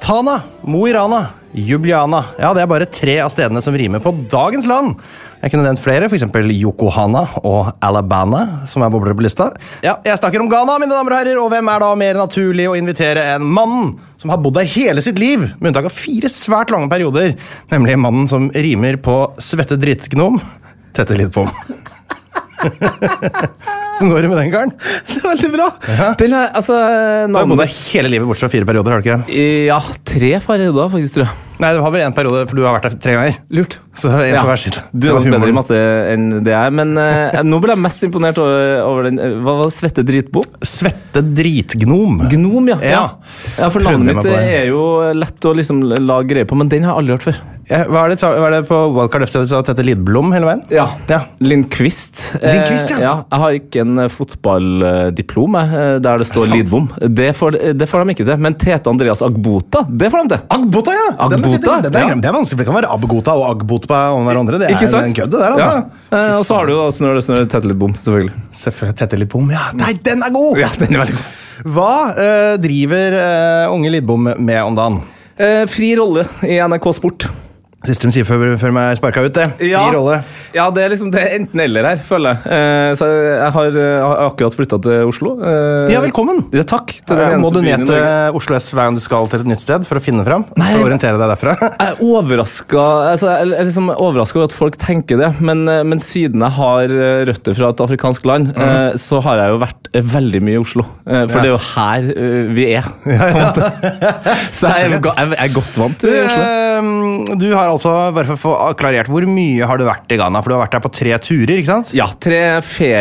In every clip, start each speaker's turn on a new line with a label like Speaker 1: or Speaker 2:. Speaker 1: Tana, Mo i Rana, Jubliana. Ja, det er bare tre av stedene som rimer på dagens land. Jeg kunne nevnt flere, f.eks. Yokohana og Alabama, som er bobler på lista. Ja, Jeg snakker om Ghana, mine damer og herrer, og hvem er da mer naturlig å invitere enn mannen som har bodd der hele sitt liv, med unntak av fire svært lange perioder, nemlig mannen som rimer på svette drittgnom, Tette Lidbom. Åssen går det med den karen?
Speaker 2: Det er veldig bra. Den er, altså,
Speaker 1: Du har bodd
Speaker 2: navnet,
Speaker 1: der hele livet bortsett fra fire perioder, har du ikke?
Speaker 2: ja, tre perioder, faktisk, tror jeg.
Speaker 1: Nei, du har vel én periode, for du har vært der tre ganger.
Speaker 2: Lurt.
Speaker 1: Så en
Speaker 2: Ja.
Speaker 1: på hver side.
Speaker 2: Du
Speaker 1: Det
Speaker 2: er
Speaker 1: var
Speaker 2: nok bedre i
Speaker 1: humoren.
Speaker 2: matte enn det jeg er, men eh, nå ble jeg mest imponert over, over den eh, Hva var det, svette dritbo?
Speaker 1: Svette dritgnom.
Speaker 2: Gnom, ja.
Speaker 1: Ja.
Speaker 2: ja for
Speaker 1: Prøvde
Speaker 2: navnet
Speaker 1: meg
Speaker 2: mitt eh,
Speaker 1: på det.
Speaker 2: er jo lett å liksom lage greier på, men den har jeg aldri hørt før.
Speaker 1: Ja, Hva er det, sa- hva er det på Wildcard FC det sa at heter Lidblom hele veien?
Speaker 2: Ja.
Speaker 1: Ja.
Speaker 2: Lindqvist. Eh,
Speaker 1: Lindqvist, ja.
Speaker 2: ja. Jeg har ikke en eh, fotballdiplom jeg, eh, der det står
Speaker 1: sant?
Speaker 2: Lidbom. Det, får- det får de ikke til. Men Tete Andreas Agbota, det får de til.
Speaker 1: Agbota, ja! Den
Speaker 2: Agbota,
Speaker 1: sitter- den er,
Speaker 2: ja.
Speaker 1: det er vanskelig, for det kan være Abgota og Agbota på hverandre. Det er
Speaker 2: Ikke sant?
Speaker 1: en kødd, det der, altså.
Speaker 2: Ja. Eh, og så har du jo da Snør det snør, tett litt bom, selvfølgelig.
Speaker 1: Selvfølgelig tette Lidbom, ja. Nei, den er god!
Speaker 2: Ja, den er veldig god.
Speaker 1: Hva eh, driver eh, unge Lidbom med om dagen?
Speaker 2: Eh, fri rolle i NRK Sport.
Speaker 1: Siste de sier før, før meg sparka ut, det.
Speaker 2: Ja.
Speaker 1: I rolle.
Speaker 2: Ja, det er liksom det er enten-eller her, føler jeg. Eh, så jeg, jeg har, eh, jeg har akkurat flytta til Oslo. Eh,
Speaker 1: Ja, velkommen!
Speaker 2: Ja, takk. til den
Speaker 1: Eh, Må
Speaker 2: eneste
Speaker 1: du
Speaker 2: byen i
Speaker 1: ned
Speaker 2: Norge.
Speaker 1: til Oslo S hver gang du skal til et nytt sted for å finne fram?
Speaker 2: Nei.
Speaker 1: For å orientere deg derfra?
Speaker 2: Jeg er overraska altså, jeg er liksom overrasket over at folk tenker det, men, eh, men siden jeg har eh, røtter fra et afrikansk land, eh, så har jeg jo vært eh, veldig mye i Oslo. Eh, For
Speaker 1: Mhm. Ja.
Speaker 2: det er jo her eh, vi er. på en måte. Så jeg er, jo go- jeg er godt vant til Oslo.
Speaker 1: Eh, Du har altså, bare for å få klarert, hvor mye har du vært i Ghana? For du har vært der på tre turer, ikke sant?
Speaker 2: Ja, tre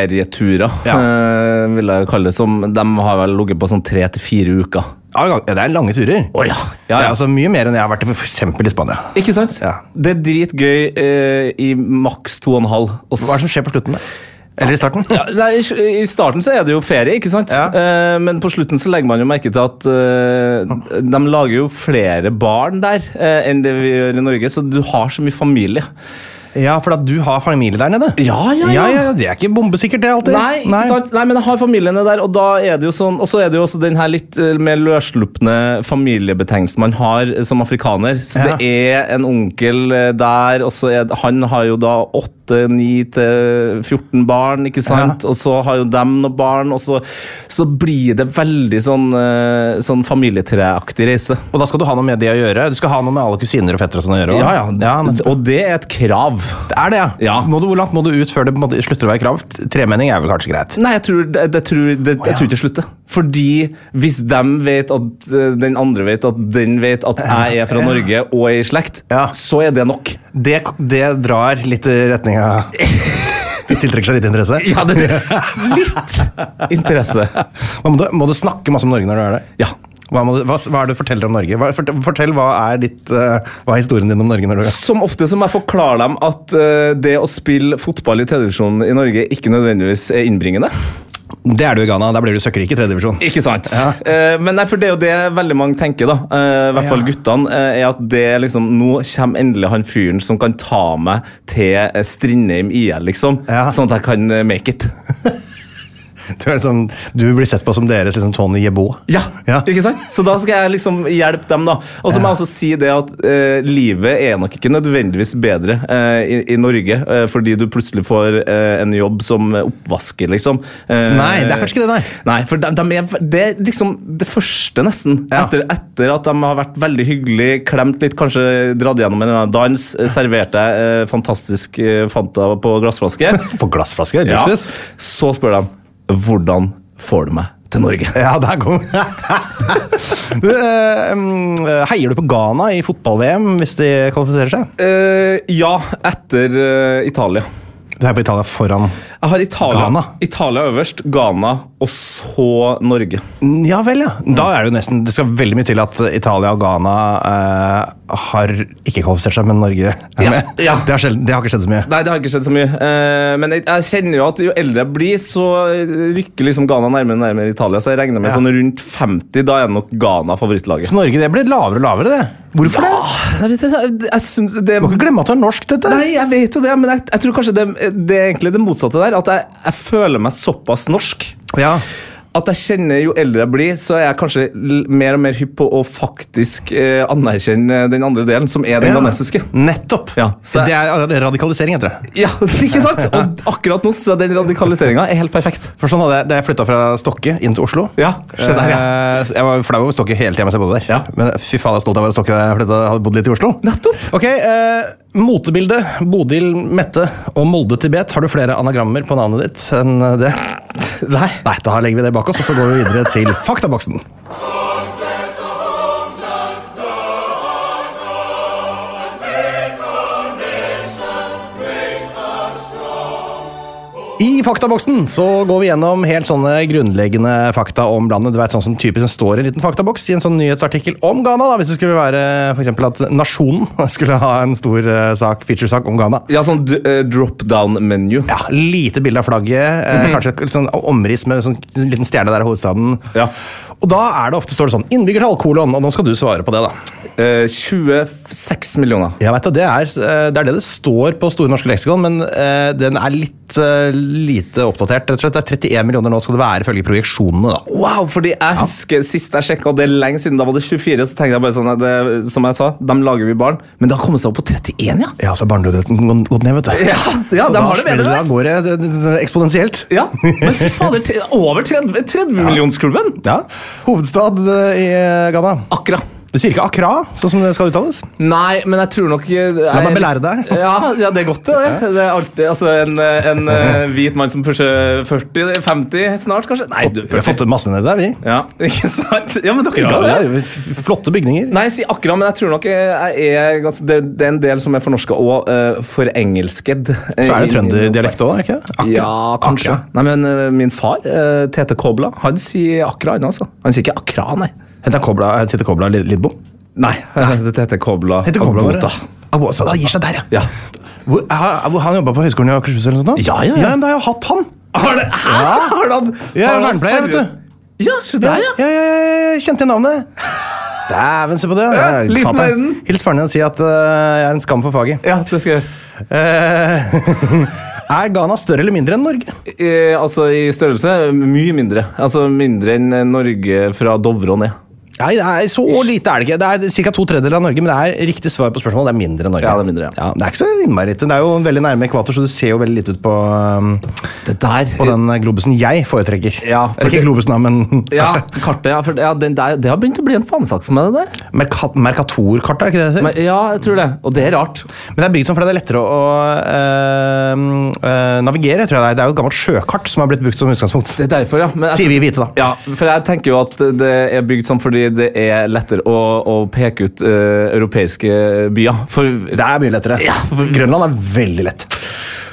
Speaker 2: ferieturer,
Speaker 1: Ja.
Speaker 2: eh, vil jeg kalle det. som De har vel ligget på sånn tre til fire uker.
Speaker 1: Ja, det er lange turer.
Speaker 2: Å ja.
Speaker 1: Det
Speaker 2: ja,
Speaker 1: er
Speaker 2: ja.
Speaker 1: altså mye mer enn jeg har vært i for eksempel i Spania.
Speaker 2: Ikke sant?
Speaker 1: Ja.
Speaker 2: Det er dritgøy eh, i maks to og en halv. og s-
Speaker 1: Hva er det som skjer på slutten? da? Eller i starten?
Speaker 2: Ja, nei, i sl- I starten så er det jo ferie, ikke sant?
Speaker 1: Ja.
Speaker 2: Eh, men på slutten så legger man jo merke til at eh, de lager jo flere barn der eh, enn det vi gjør i Norge, så du har så mye familie.
Speaker 1: Ja, for at du har familie der nede.
Speaker 2: Ja, ja, ja.
Speaker 1: ja, Det er ikke bombesikkert, det alltid.
Speaker 2: Nei, ikke sant? Nei, men jeg har familiene der, og da er det jo sånn, og så er det jo også den her litt eh, mer løsslupne familiebetegnelsen man har eh, som afrikaner. Så
Speaker 1: Ja.
Speaker 2: det er en onkel eh, der, og så er det, han har jo da 8, 9 til 14 barn, ikke sant? Og så har jo dem noen barn, og så, så blir det veldig sånn, eh, sånn familietreaktig reise.
Speaker 1: Og da skal du ha noe med de å gjøre? Du skal ha noe med alle kusiner og fettere og sånn å gjøre? også?
Speaker 2: Ja, ja.
Speaker 1: men-
Speaker 2: og det er et krav. krav.
Speaker 1: Det er det, ja.
Speaker 2: Ja.
Speaker 1: Må du, hvor langt må du ut før det på en måte slutter å være krav? Tremenning er vel kanskje greit?
Speaker 2: Nei, jeg tror, det, det, tror, det, jeg tror ikke det slutter. Fordi hvis de vet at eh, den andre vet at den vet at jeg er fra Norge og er i slekt,
Speaker 1: Ja.
Speaker 2: så er det nok.
Speaker 1: Det, det drar litt i retning av Det tiltrekker seg litt interesse.
Speaker 2: Ja, det, litt interesse.
Speaker 1: Hva Må du, må du snakke masse om Norge når du er der?
Speaker 2: Ja.
Speaker 1: Hva, må du, hva, hva er det du forteller om Norge? Hva, fortell, fortell hva er ditt, eh, hva er historien din om Norge når du er
Speaker 2: Som ofte så må jeg forklare dem at eh, det å spille fotball i televisjonen i Norge ikke nødvendigvis er innbringende.
Speaker 1: Det er du i Ghana. Der blir du søkkerik i tredje divisjon.
Speaker 2: Ikke sant?
Speaker 1: Ja.
Speaker 2: Eh, men nei, for det er jo det veldig mange tenker, da. Eh, I hvert fall
Speaker 1: Ja.
Speaker 2: guttene. eh, er at det er liksom, Nå kommer endelig han fyren som kan ta meg til eh, Strindheim IL, liksom.
Speaker 1: Ja.
Speaker 2: Sånn at jeg kan eh, make it.
Speaker 1: Du, er liksom, du blir sett på som deres liksom, Tony Jebo.
Speaker 2: Ja,
Speaker 1: Ja.
Speaker 2: ikke sant? Så da skal jeg liksom hjelpe dem, da. Og så må jeg også si det at eh, livet er nok ikke nødvendigvis bedre eh, i, i Norge, eh, fordi du plutselig får eh, en jobb som oppvasker, liksom. Eh,
Speaker 1: Nei, det er kanskje ikke det, nei.
Speaker 2: Nei, for de, de er, det er liksom det første, nesten.
Speaker 1: Ja.
Speaker 2: Etter, etter at de har vært veldig hyggelig, klemt litt, kanskje dratt gjennom en eller annen dans, eh, servert deg eh, fantastisk eh, Fanta på glassflaske.
Speaker 1: På glassflaske?
Speaker 2: ja.
Speaker 1: Luksus?
Speaker 2: Så spør de hvordan får du meg til Norge?
Speaker 1: Ja, der kom du, eh, mm, Heier du på Ghana i fotball-VM hvis de kvalifiserer seg?
Speaker 2: Eh, ja, etter eh, Italia.
Speaker 1: Du er på Italia foran
Speaker 2: Jeg har Italia,
Speaker 1: Ghana.
Speaker 2: Italia øverst, Ghana og så Norge.
Speaker 1: Mm, Ja vel, ja. Da er det jo nesten Det skal veldig mye til at Italia og Ghana eh, har ikke kvalifisert seg, men Norge er
Speaker 2: Ja,
Speaker 1: med.
Speaker 2: ja.
Speaker 1: Det, har sjelden, det har ikke skjedd så mye.
Speaker 2: Nei, det har ikke skjedd så mye. Eh, men jeg, jeg kjenner jo at jo eldre jeg blir, så rykker liksom Ghana nærmere og nærmere Italia. Så jeg regner med
Speaker 1: Ja.
Speaker 2: sånn rundt 50, da er nok Ghana favorittlaget.
Speaker 1: Så Norge det ble lavere og lavere, det. Hvorfor det?
Speaker 2: Jeg, vet, jeg, jeg syns det
Speaker 1: Du må ikke glemme at du er norsk, dette.
Speaker 2: Nei, jeg vet jo det, men jeg, jeg tror kanskje det, det er egentlig det motsatte der. At jeg, jeg føler meg såpass norsk
Speaker 1: Ja.
Speaker 2: at jeg kjenner jo eldre jeg blir, så er jeg kanskje l- mer og mer hypp på å faktisk eh, anerkjenne den andre delen, som er den
Speaker 1: Ja.
Speaker 2: ghanesiske.
Speaker 1: Nettopp.
Speaker 2: Ja, så-
Speaker 1: Det er radikalisering, heter det.
Speaker 2: Ja, ikke sant? Og akkurat nå så er den radikaliseringa er helt perfekt.
Speaker 1: For sånn hadde jeg, Da jeg flytta fra Stokke inn til Oslo
Speaker 2: Ja, se der, ja.
Speaker 1: eh, Jeg var flau over Stokke hele tida mens jeg bodde der.
Speaker 2: Ja.
Speaker 1: Men fy faen, jeg er stolt av å være i Stokke. da Jeg flyttet, hadde bodd litt i Oslo.
Speaker 2: Nettopp.
Speaker 1: Ok, eh, Motebilde. Bodil, Mette og Molde Tibet. Har du flere anagrammer på navnet ditt enn det?
Speaker 2: Nei.
Speaker 1: Nei, da legger vi det bak oss, og så går vi videre til faktaboksen. I faktaboksen så går vi gjennom helt sånne grunnleggende fakta om landet. Du vet, sånn som typisk står i en liten faktaboks i en sånn nyhetsartikkel om Ghana. da, Hvis det skulle være for eksempel at nasjonen skulle ha en stor eh, sak, featuresak om Ghana.
Speaker 2: Ja, sånn d- eh, drop down-menu.
Speaker 1: Ja, Lite bilde av flagget, eh, kanskje et sånn omriss med sånn liten stjerne der i hovedstaden.
Speaker 2: Ja.
Speaker 1: Og da er det ofte står det sånn innbyggertall, kolon, og nå skal du svare på det, da.
Speaker 2: Eh, 26 millioner.
Speaker 1: Jeg vet, det, det, er, eh, det er det det står på Store norske leksikon, men eh, den er litt eh, lite oppdatert. rett og slett. Det er 31 millioner nå skal det være, ifølge projeksjonene, da.
Speaker 2: Wow, fordi jeg husker Sist jeg sjekka, det er lenge siden, da var det 24. Så tenkte jeg bare sånn, det, som jeg sa, dem lager vi barn. Men det har kommet seg opp på 31, ja!
Speaker 1: Ja, så har barnedødeligheten gått- gått ned, vet du.
Speaker 2: Ja, ja,
Speaker 1: så
Speaker 2: de
Speaker 1: da,
Speaker 2: har det bedre
Speaker 1: spiller-
Speaker 2: der.
Speaker 1: da går det eh, eksponentielt.
Speaker 2: Ja, Men fy fader, te- over 30 30-millionsklubben!
Speaker 1: Ja. Hovedstad eh, i eh, Ghana.
Speaker 2: Akkurat.
Speaker 1: Du sier ikke Accra, sånn som det skal uttales?
Speaker 2: Nei, men jeg tror nok
Speaker 1: La
Speaker 2: La
Speaker 1: meg belære deg.
Speaker 2: Ja, ja, det er godt, det. det. Det er alltid, altså, En, en eh, hvit mann som pusher 40, 50 snart, kanskje? Nei, du,
Speaker 1: Vi har fått
Speaker 2: 40.
Speaker 1: masse ned der, vi.
Speaker 2: Ja, ikke sant? Ja, men dere
Speaker 1: Ja,
Speaker 2: ga det.
Speaker 1: det er jo f- flotte bygninger.
Speaker 2: Nei, si akkurat, men jeg tror nok eh, jeg er ganske, det, det er en del som er fornorska og eh, uh, forengelsked.
Speaker 1: Så er det trønderdialekt òg, ikke det? Akkurat.
Speaker 2: Ja, kanskje.
Speaker 1: Akkurat.
Speaker 2: Nei, men eh, Min far, eh, Tete Kobla, han sier akra, han altså. Han sier ikke akra, nei.
Speaker 1: Heter han Kobla, heter Kobla Lid- Lidbom?
Speaker 2: Nei, det heter Kobla.
Speaker 1: Heter Kobla bare?
Speaker 2: Abota.
Speaker 1: Abo- Så da gir seg der,
Speaker 2: Ja.
Speaker 1: Hvor, ha- hvor- han jobba på Høgskolen i Akershus eller noe sånt? da?
Speaker 2: Ja, ja, ja.
Speaker 1: men da har jeg hatt han!
Speaker 2: Har det, hæ? Har han
Speaker 1: Jeg er
Speaker 2: har han
Speaker 1: vernepleier, vet du.
Speaker 2: farge- Ja, se der, ja.
Speaker 1: ja, ja, ja, ja, Kjente igjen navnet. Dæven, se på det.
Speaker 2: Ja,
Speaker 1: Det er-
Speaker 2: liten
Speaker 1: faen, jeg-
Speaker 2: verden.
Speaker 1: Hils faren din og si at øh, jeg er en skam for faget.
Speaker 2: Ja, det skal jeg gjøre.
Speaker 1: Eh, er Ghana større eller mindre enn Norge?
Speaker 2: Eh, altså, I størrelse mye mindre. Altså Mindre enn eh, Norge fra Dovre og ned.
Speaker 1: Nei, det er så lite er det ikke. Det er ca. to tredjedeler av Norge, men det er riktig svar på spørsmålet. Det er mindre enn Norge.
Speaker 2: Ja, det er mindre, ja.
Speaker 1: det er ikke så innmari lite. Det er jo veldig nærme ekvator, så du ser jo veldig lite ut på, um,
Speaker 2: Det der
Speaker 1: på den globusen jeg foretrekker.
Speaker 2: Ja, for
Speaker 1: Eller
Speaker 2: det-
Speaker 1: ikke globusen, da, men
Speaker 2: Ja, kartet. Ja, for, ja, den der, det har begynt å bli en fanesak for meg, det der.
Speaker 1: Merka- Mercator-kartet, er ikke det det heter?
Speaker 2: Men, ja, jeg tror det. Og det er rart.
Speaker 1: Men det er bygd sånn fordi det er lettere å øh, øh, navigere, tror jeg det er. Det er jo et gammelt sjøkart som har blitt brukt som utgangspunkt.
Speaker 2: Det er derfor, ja. Men jeg
Speaker 1: Sier vi
Speaker 2: synes-
Speaker 1: hvite, da.
Speaker 2: Ja, for jeg tenker jo at det er bygd sånn fordi det er lettere å, å peke ut eh, europeiske byer. For
Speaker 1: Det er mye lettere.
Speaker 2: Ja.
Speaker 1: Grønland er veldig lett.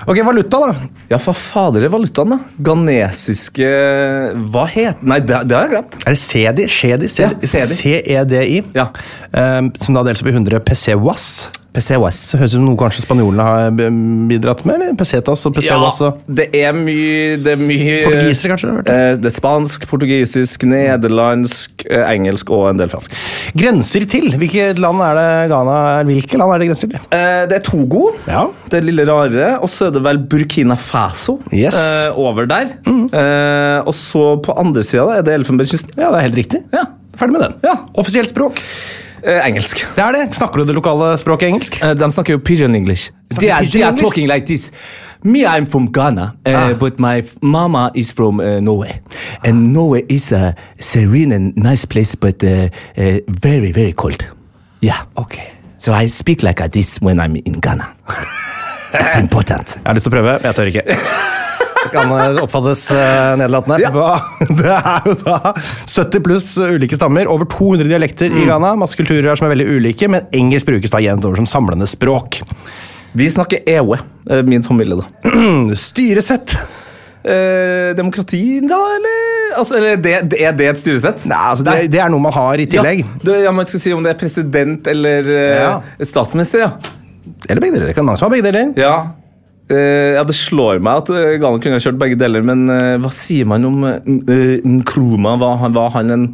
Speaker 1: Ok, valuta, da.
Speaker 2: Ja, hva fader er valutaen, da? Ghanesiske Hva het Nei, det, det har jeg glemt.
Speaker 1: Er det CEDI? CEDI?
Speaker 2: Ja, CEDI.
Speaker 1: CEDI.
Speaker 2: Ja.
Speaker 1: E Ehm, som da deles opp i 100 PCWAS.
Speaker 2: PCOS.
Speaker 1: Så høres det ut som noe kanskje spanjolene har b- bidratt med? eller Pesetas og
Speaker 2: Ja,
Speaker 1: PCWAS og
Speaker 2: det er mye Det er mye
Speaker 1: Portugisere, kanskje? har du hørt det?
Speaker 2: Eh, det er spansk, portugisisk, nederlandsk, eh, engelsk og en del fransk.
Speaker 1: Grenser til? Hvilket land er det Ghana er? Hvilke land er det grenser til?
Speaker 2: Eh, det er Togo,
Speaker 1: Ja.
Speaker 2: det lille rare, og så er det vel Burkina Faso
Speaker 1: Yes. Mhm.
Speaker 2: eh, over der. Eh, og så på andre sida er det Elfenbenskysten.
Speaker 1: ja, det er helt riktig.
Speaker 2: Ja.
Speaker 1: Ferdig med den.
Speaker 2: Ja.
Speaker 1: Offisielt språk.
Speaker 2: Eh, engelsk.
Speaker 1: Det er det. Snakker du det lokale språket engelsk?
Speaker 2: Eh, de snakker jo pigeon English. They are,
Speaker 1: pigeon
Speaker 2: they are
Speaker 1: English? Ah.
Speaker 2: talking like this. Me, I'm from Ghana, eh, but my f- mama is from eh, Norway. And Norway is a serene and nice place, but eh, eh, very, very cold. Yeah.
Speaker 1: Ok.
Speaker 2: So I speak like I this when I'm in Ghana. It's important.
Speaker 1: Jeg har lyst til å prøve, men jeg tør ikke. Det kan eh, oppfattes uh, nederlatende. Hva- Det er jo da 70 pluss ulike stammer, over 200 dialekter i Ghana. Masse kulturer som er veldig ulike, men engelsk brukes da jevnt over som samlende språk.
Speaker 2: Vi snakker
Speaker 1: E
Speaker 2: EOE, eh, min familie, da.
Speaker 1: Styresett!
Speaker 2: Eh, demokrati, da, eller? Altså, eller det, det, er det et styresett?
Speaker 1: Nei, altså det, det er noe man har i tillegg.
Speaker 2: Ja, det, ja, man skal si om det er president eller eh,
Speaker 1: Ja.
Speaker 2: statsminister, ja.
Speaker 1: Eller begge deler. Det kan mange som har begge deler.
Speaker 2: Ja. Eh, ja, det slår meg at eh, Ghana kunne ha kjørt begge deler, men eh, hva sier man om eh, eh, Nkrumah? Var han, var han en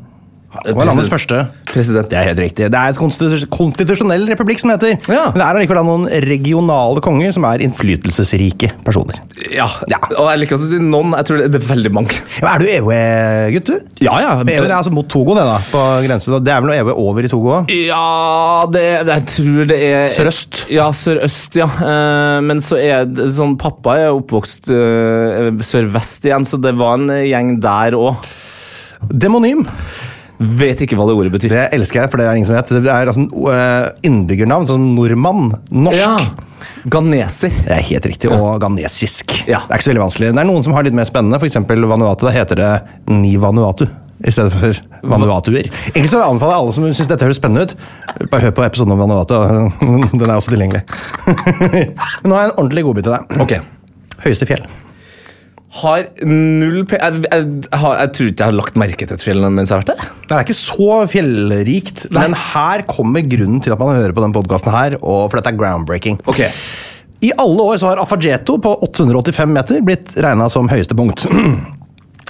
Speaker 1: Det var landets første.
Speaker 2: president?
Speaker 1: Det er helt riktig. Det er et konstitus- konstitusjonell republikk, som det heter.
Speaker 2: Ja.
Speaker 1: Men det er allikevel da noen regionale konger som er innflytelsesrike personer.
Speaker 2: Ja. Og jeg liker også å si noen. Jeg tror det, det er veldig mange.
Speaker 1: Ja, Er du EOE-gutt, du?
Speaker 2: Ja, ja.
Speaker 1: Men EOE, det er altså mot Togo, det, da. På grense. da. Det er vel noe EOE over i Togo òg?
Speaker 2: Ja, det, jeg tror det er
Speaker 1: Sørøst.
Speaker 2: Ja, sørøst, ja. Eh, Men så er det sånn Pappa er oppvokst eh, sørvest igjen, så det var en gjeng der òg.
Speaker 1: Demonym.
Speaker 2: Vet ikke hva det ordet betyr.
Speaker 1: Det elsker jeg, for det er ingen som vet. Det er altså øh, innbyggernavn sånn nordmann. Norsk.
Speaker 2: Ja. Ghaneser.
Speaker 1: Det er helt riktig. Og ghanesisk.
Speaker 2: Ja.
Speaker 1: Det er ikke så veldig vanskelig. Det er noen som har litt mer spennende, f.eks. Vanuatu. Da heter det Ni Vanuatu. I stedet for vanuatuer. Egentlig så anbefaler jeg alle som syns dette høres spennende ut, bare hør på episoden om Vanuatu. Den er også tilgjengelig. Nå har jeg en ordentlig godbit til deg.
Speaker 2: Ok.
Speaker 1: Høyeste fjell.
Speaker 2: Har null pe... Jeg, jeg, jeg, har, jeg tror ikke jeg har lagt merke til et fjell mens jeg har vært der.
Speaker 1: Det er ikke så fjellrikt, men her kommer grunnen til at man hører på den podkasten her, og for dette er groundbreaking.
Speaker 2: Ok.
Speaker 1: I alle år så har Afageto på 885 meter blitt regna som høyeste punkt.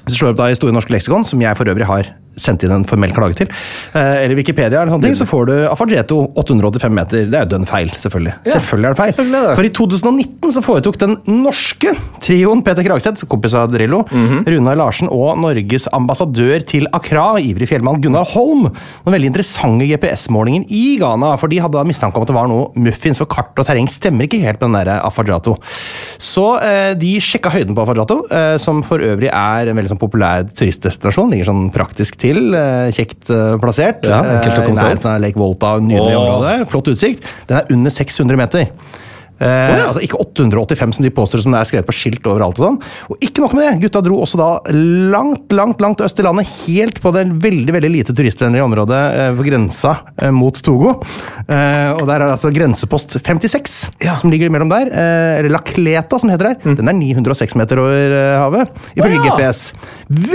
Speaker 1: Hvis du slår opp da i Store norske leksikon, som jeg for øvrig har sendt inn en formell klage til, eh, eller Wikipedia, eller sånne ting, så får du Afageto 885 meter. Det er jo dønn feil, selvfølgelig. selvfølgelig er det feil.
Speaker 2: selvfølgelig er det.
Speaker 1: For i 2019 så foretok den norske trioen Peter Kragseth, kompis av Drillo,
Speaker 2: Mhm.
Speaker 1: Runar Larsen og Norges ambassadør til Accra, ivrig fjellmann Gunnar Holm, den veldig interessante GPS-målingen i Ghana. For de hadde da mistanke om at det var noe muffins, for kart og terreng stemmer ikke helt med den der Afajato. Så eh, de sjekka høyden på Afajato, eh, som for øvrig er en veldig sånn populær turistdestinasjon. Ligger sånn praktisk til, eh, kjekt eh, plassert.
Speaker 2: Ja, enkelt
Speaker 1: eh,
Speaker 2: å
Speaker 1: i
Speaker 2: komme seg opp.
Speaker 1: nærheten av Lake Volta, nydelig
Speaker 2: Åh.
Speaker 1: område. Flott utsikt. Den er under 600 meter. Eh, altså Ikke 885, som de påstår som det er skrevet på skilt overalt. Og sånn. Og ikke nok med det, gutta dro også da langt langt, langt øst i landet, helt på det veldig veldig lite turistvennlige området eh, på grensa eh, mot Togo. Eh, og der er det altså grensepost 56,
Speaker 2: Ja. Mm.
Speaker 1: som ligger imellom der. Eh, eller La Cleta, som det heter der. Den er 906 meter over eh, havet, ifølge
Speaker 2: Å, ja.
Speaker 1: GPS.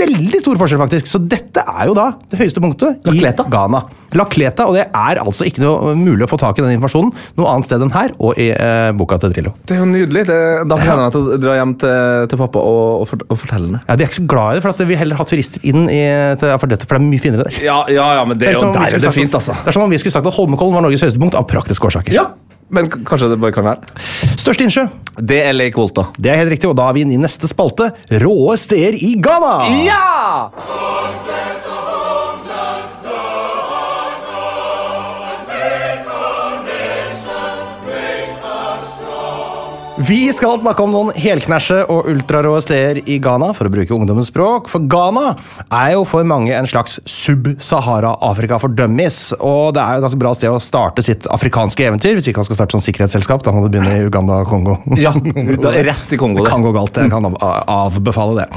Speaker 1: Veldig stor forskjell, faktisk. Så dette er jo da det høyeste punktet
Speaker 2: La
Speaker 1: i
Speaker 2: Cleta?
Speaker 1: Ghana. La Cleta, og det er altså ikke noe mulig å få tak i den informasjonen noe annet sted enn her og i eh, boka til Drillo.
Speaker 2: Det er jo nydelig. Det, da gleder jeg meg til å dra hjem til, til pappa og, og, fort- og fortelle ham det.
Speaker 1: Ja, De er ikke så glad i det, for at vi heller har turister inn i, til Afardeto, for det er mye finere der.
Speaker 2: Ja, ja, ja, men det, er jo-
Speaker 1: som om sånn vi
Speaker 2: der
Speaker 1: skulle
Speaker 2: er det
Speaker 1: sagt
Speaker 2: fint,
Speaker 1: at-
Speaker 2: altså.
Speaker 1: Det er som om vi skulle sagt at Holmenkollen var Norges høyeste punkt av praktiske årsaker.
Speaker 2: Ja, Men k- kanskje det bare kan være.
Speaker 1: Største innsjø.
Speaker 2: Det er Lake Volta.
Speaker 1: Det er helt riktig, og da er vi inne i neste spalte. Råe steder i Ghana!
Speaker 2: Ja!
Speaker 1: Vi skal snakke om noen helknæsje og ultrarå steder i Ghana, for å bruke ungdommens språk. For Ghana er jo for mange en slags sub-Sahara-Afrika for dummies. Og det er jo et ganske bra sted å starte sitt afrikanske eventyr, hvis ikke man skal starte som sikkerhetsselskap. Da må du begynne i Uganda og Kongo.
Speaker 2: Ja, da, rett til Kongo.
Speaker 1: Det
Speaker 2: der.
Speaker 1: kan gå galt. Jeg kan av- avbefale det.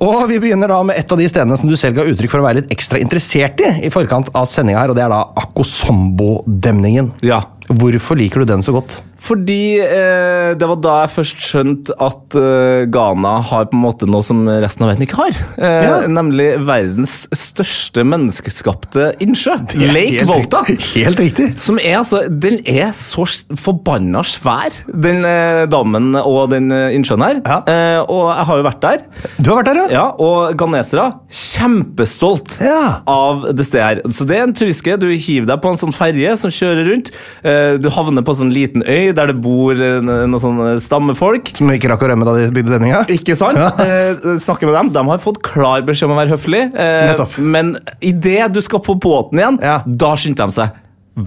Speaker 1: Og Vi begynner da med et av de stedene som du selv ga uttrykk for å være litt ekstra interessert i i forkant av sendinga her, og det er da Akosombo-demningen.
Speaker 2: Ja.
Speaker 1: Hvorfor liker du den så godt?
Speaker 2: Fordi eh, det var da jeg først skjønte at eh, Ghana har på en måte noe som resten av verden ikke har. Eh,
Speaker 1: Ja.
Speaker 2: Nemlig verdens største menneskeskapte innsjø. Lake
Speaker 1: Helt
Speaker 2: Volta.
Speaker 1: riktig. Helt riktig.
Speaker 2: Som er altså, Den er så s- forbanna svær, den eh, dammen og den eh, innsjøen her.
Speaker 1: Ja.
Speaker 2: Eh, og jeg har jo vært der.
Speaker 1: Du har vært der, ja?
Speaker 2: Ja, og ghanesere kjempestolt
Speaker 1: Ja.
Speaker 2: av det stedet her. Så det er en turistguide. Du hiver deg på en sånn ferje som kjører rundt. Eh, Du havner på en sånn liten øy der det bor eh, noen sånne stammefolk.
Speaker 1: Som ikke rakk å rømme da de bygde demninga?
Speaker 2: Ikke sant?
Speaker 1: Ja.
Speaker 2: Eh, snakker med dem. De har fått klar beskjed om å være høflig. Eh,
Speaker 1: Nettopp.
Speaker 2: men idet du skal på båten igjen,
Speaker 1: Ja.
Speaker 2: da skyndte de seg.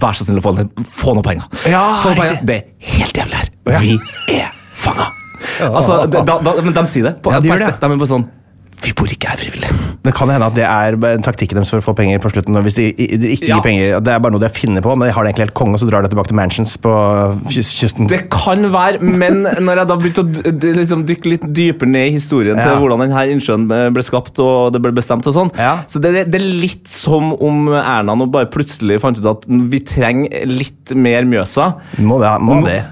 Speaker 2: Vær så snill å få, få noen penger.
Speaker 1: Ja,
Speaker 2: få noen penger.
Speaker 1: riktig.
Speaker 2: Det er helt jævlig her.
Speaker 1: Ja.
Speaker 2: Vi er fanga. Altså, de, da- da- men de sier det. På,
Speaker 1: Ja, de
Speaker 2: på
Speaker 1: gjør det.
Speaker 2: ekte. De er bare sånn Vi bor ikke her frivillig.
Speaker 1: Det kan hende at det er bare en taktikk deres for å få penger på slutten. og Hvis de i- i- de ikke
Speaker 2: Ja.
Speaker 1: gir penger, Det er bare noe de finner på, men de har det egentlig helt konge, og så drar de tilbake til mansions på kys- kysten.
Speaker 2: Det kan være, men når jeg da begynte å d- d- liksom dykke litt dypere ned i historien
Speaker 1: Ja.
Speaker 2: til hvordan denne innsjøen eh, ble skapt og det ble bestemt og sånn,
Speaker 1: Ja.
Speaker 2: så det, det er litt som om Erna nå bare plutselig fant ut at vi trenger litt mer Mjøsa.
Speaker 1: Må det, må det.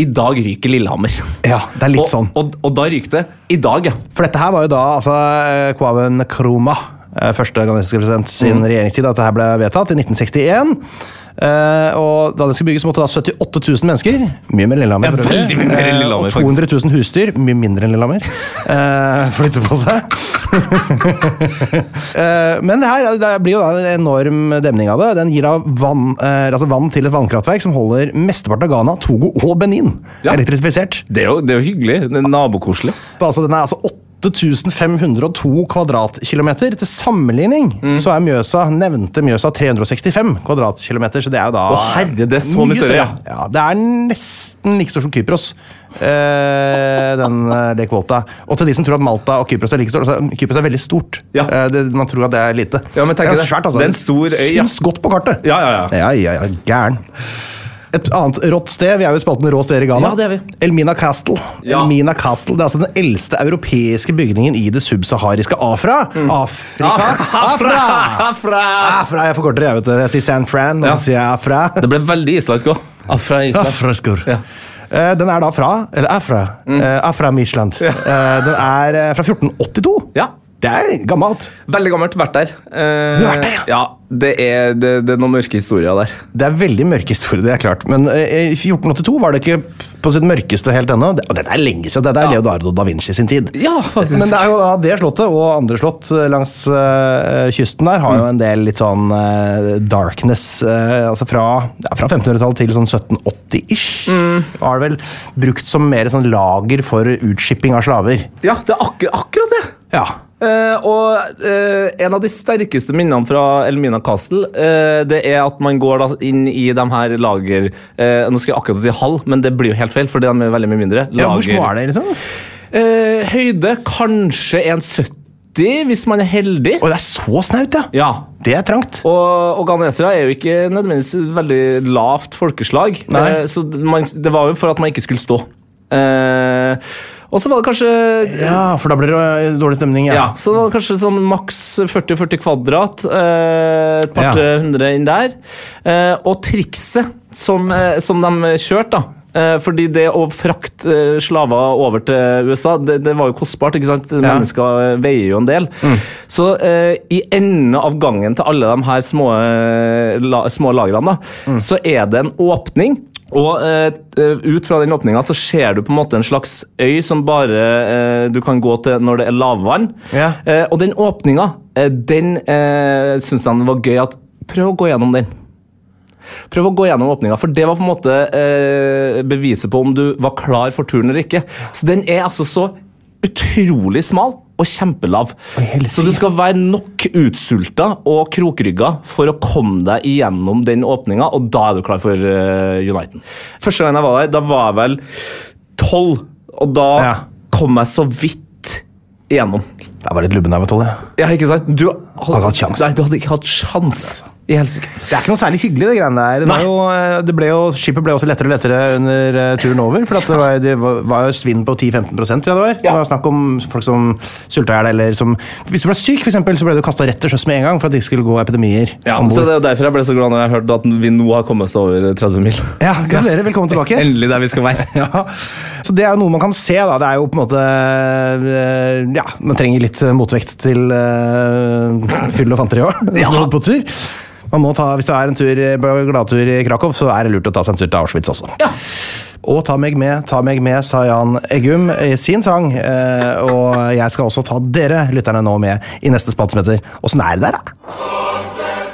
Speaker 2: I dag ryker Lillehammer.
Speaker 1: Ja, det er litt
Speaker 2: og,
Speaker 1: sånn.
Speaker 2: Og, og da ryker det. I dag, ja.
Speaker 1: For dette her var jo da altså, eh, Kwame Nkrumah, eh, første ghanesiske president sin
Speaker 2: Mm.
Speaker 1: regjeringstid, at dette ble vedtatt i 1961. Eh, og Da det skulle bygges, måtte da 78 000 mennesker. Mye mer enn Lillehammer.
Speaker 2: Ja,
Speaker 1: for øvrig.
Speaker 2: veldig mye mer enn
Speaker 1: Eh,
Speaker 2: Lillehammer,
Speaker 1: Og 200 000 husdyr. Mye mindre enn Lillehammer. eh, flytte på seg. Eh, men det her det blir jo da en enorm demning av det. Den gir da vann, eh, altså vann til et vannkraftverk som holder mesteparten av Ghana, Togo og Benin
Speaker 2: Ja.
Speaker 1: elektrifisert.
Speaker 2: Det er jo, det er jo hyggelig. Det er nabokoselig.
Speaker 1: Da, Altså, den er altså 8502 kvadratkilometer. Til sammenligning
Speaker 2: Mm.
Speaker 1: så er Mjøsa, nevnte Mjøsa 365 kvadratkilometer, så det er jo da
Speaker 2: Å, herre, det er så mye større, ja.
Speaker 1: ja. Det er nesten like stor som Kypros, eh, den eh, Lake Volta. Og til de som tror at Malta og Kypros er like stort, altså, Kypros er veldig stort.
Speaker 2: Ja.
Speaker 1: Eh, det, man tror at det er lite.
Speaker 2: Ja, men tenk
Speaker 1: det er
Speaker 2: deg,
Speaker 1: svært, altså.
Speaker 2: det er en stor øy, ja.
Speaker 1: Syns godt på kartet.
Speaker 2: Ja, ja, ja.
Speaker 1: Ja, ja, ja, gæren. Et annet rått sted, vi er jo i spalten Rå steder i Ghana.
Speaker 2: Ja, det er vi.
Speaker 1: Elmina Castle.
Speaker 2: Ja.
Speaker 1: Elmina Castle, Det er altså den eldste europeiske bygningen i det subsahariske Afra. Afrika. Afra!
Speaker 2: Mm. Ah, Afra!
Speaker 1: Afra, Jeg forkorter det, jeg, vet du. Jeg sier San Fran, og
Speaker 2: Ja.
Speaker 1: så sier jeg Afra.
Speaker 2: Det ble veldig islandsk òg.
Speaker 1: Ah,
Speaker 2: Afra Island.
Speaker 1: Afraskur.
Speaker 2: Ja. Mm.
Speaker 1: Eh, Den er da fra Eller Afra. eh, Afra Misland. Eh, Den er eh, fra 1482.
Speaker 2: Ja.
Speaker 1: Det er gammelt.
Speaker 2: Veldig gammelt. Vært der. Eh,
Speaker 1: Du har vært der, ja?
Speaker 2: det, er, det, det er noen mørke historier der.
Speaker 1: Det er veldig mørke historier, det er klart. Men eh, i 1482 var det ikke på sitt mørkeste helt ennå. Det- Og dette er lenge siden. Dette er Leonardo da Vinci sin tid.
Speaker 2: Ja, faktisk.
Speaker 1: Men det er jo da det slottet, og andre slott eh, langs eh, kysten der,
Speaker 2: Mm.
Speaker 1: har jo en del litt sånn eh, darkness. eh, altså fra, ja, fra 1500-tallet til sånn 1780-ish.
Speaker 2: Mm.
Speaker 1: Var det vel brukt som mer sånn lager for utskipping av slaver.
Speaker 2: Ja, det er akkur akkurat det.
Speaker 1: Ja.
Speaker 2: Eh, og eh, en av de sterkeste minnene fra Elmina Castle, eh, det er at man går da inn i de her lager... eh, nå skal jeg akkurat si hall, men det blir jo helt feil, for de er veldig mye mindre.
Speaker 1: ja hvor små er det, liksom?
Speaker 2: Eh, høyde kanskje 1,70, hvis man er heldig.
Speaker 1: Og det er så snaut, ja!
Speaker 2: Ja,
Speaker 1: Det er trangt.
Speaker 2: Og, og ghanesere er jo ikke nødvendigvis et veldig lavt folkeslag,
Speaker 1: Nei.
Speaker 2: Eh, så d- man, det var jo for at man ikke skulle stå. Eh, og så var det kanskje
Speaker 1: Ja, for da blir det eh, dårlig stemning.
Speaker 2: ja, så var det kanskje sånn maks 40-40 kvadrat. eh, Et par
Speaker 1: Ja.
Speaker 2: hundre inn der. Eh, og trikset som, eh, som de kjørte, da. eh, Fordi det å frakte eh, slaver over til USA, det, det var jo kostbart. ikke sant? Mennesker eh, veier jo en del. Så eh, i enden av gangen til alle de her små, eh, la, små lagrene, da, så er det en åpning. Og eh, ut fra den åpninga så ser du på en måte en slags øy som bare eh, du kan gå til når det er lavvann.
Speaker 1: Ja.
Speaker 2: Eh, og den åpninga, eh, den eh, syns de var gøy at Prøv å gå gjennom den. Prøv å gå gjennom åpninga, for det var på en måte eh, beviset på om du var klar for turen eller ikke. Så den er altså så utrolig smal og kjempelav.
Speaker 1: Oi, helsike.
Speaker 2: Så du skal være nok utsulta og krokrygga for å komme deg igjennom den åpninga, og da er du klar for eh, Uniten. Første gang jeg var der, da var jeg vel 12 tolv, og da
Speaker 1: Ja.
Speaker 2: kom jeg så vidt igjennom.
Speaker 1: Jeg var litt lubben der, vet du. Ole.
Speaker 2: Ja, ikke sant? Du hadde,
Speaker 1: Hadde hatt sjans.
Speaker 2: Nei, du hadde ikke hatt sjans. I helsike.
Speaker 1: Det er ikke noe særlig hyggelig, det greiene der. Det var
Speaker 2: Nei.
Speaker 1: jo, eh, det ble jo, skipet ble også lettere og lettere under eh, turen over. For at det, var, det var- var jo svinn på 10-15 tror jeg det var. Så
Speaker 2: Ja.
Speaker 1: det var snakk om folk som sulta i hjel, eller som Hvis du ble syk, for eksempel, så ble du kasta rett til sjøs med en gang for at det ikke skulle gå epidemier
Speaker 2: Ja,
Speaker 1: om
Speaker 2: så
Speaker 1: bord.
Speaker 2: Det er derfor jeg ble så glad når jeg hørte at vi nå har kommet oss over 30 mil.
Speaker 1: Ja, gratulerer. Velkommen tilbake.
Speaker 2: Endelig der vi skal være.
Speaker 1: Ja. Så det er jo noe man kan se, da. Det er jo på en måte eh, Ja, man trenger litt eh, motvekt til eh, fyll og fanteri òg.
Speaker 2: Ja.
Speaker 1: På tur. Man må ta, hvis du er en tur, eh, på gladtur i Krakow, så er det lurt å ta seg en tur til Auschwitz også.
Speaker 2: Ja.
Speaker 1: Og ta meg med, ta meg med, sa Jan Eggum i sin sang. eh, Og jeg skal også ta dere lytterne nå med i neste spalte som heter Åssen er det der, da?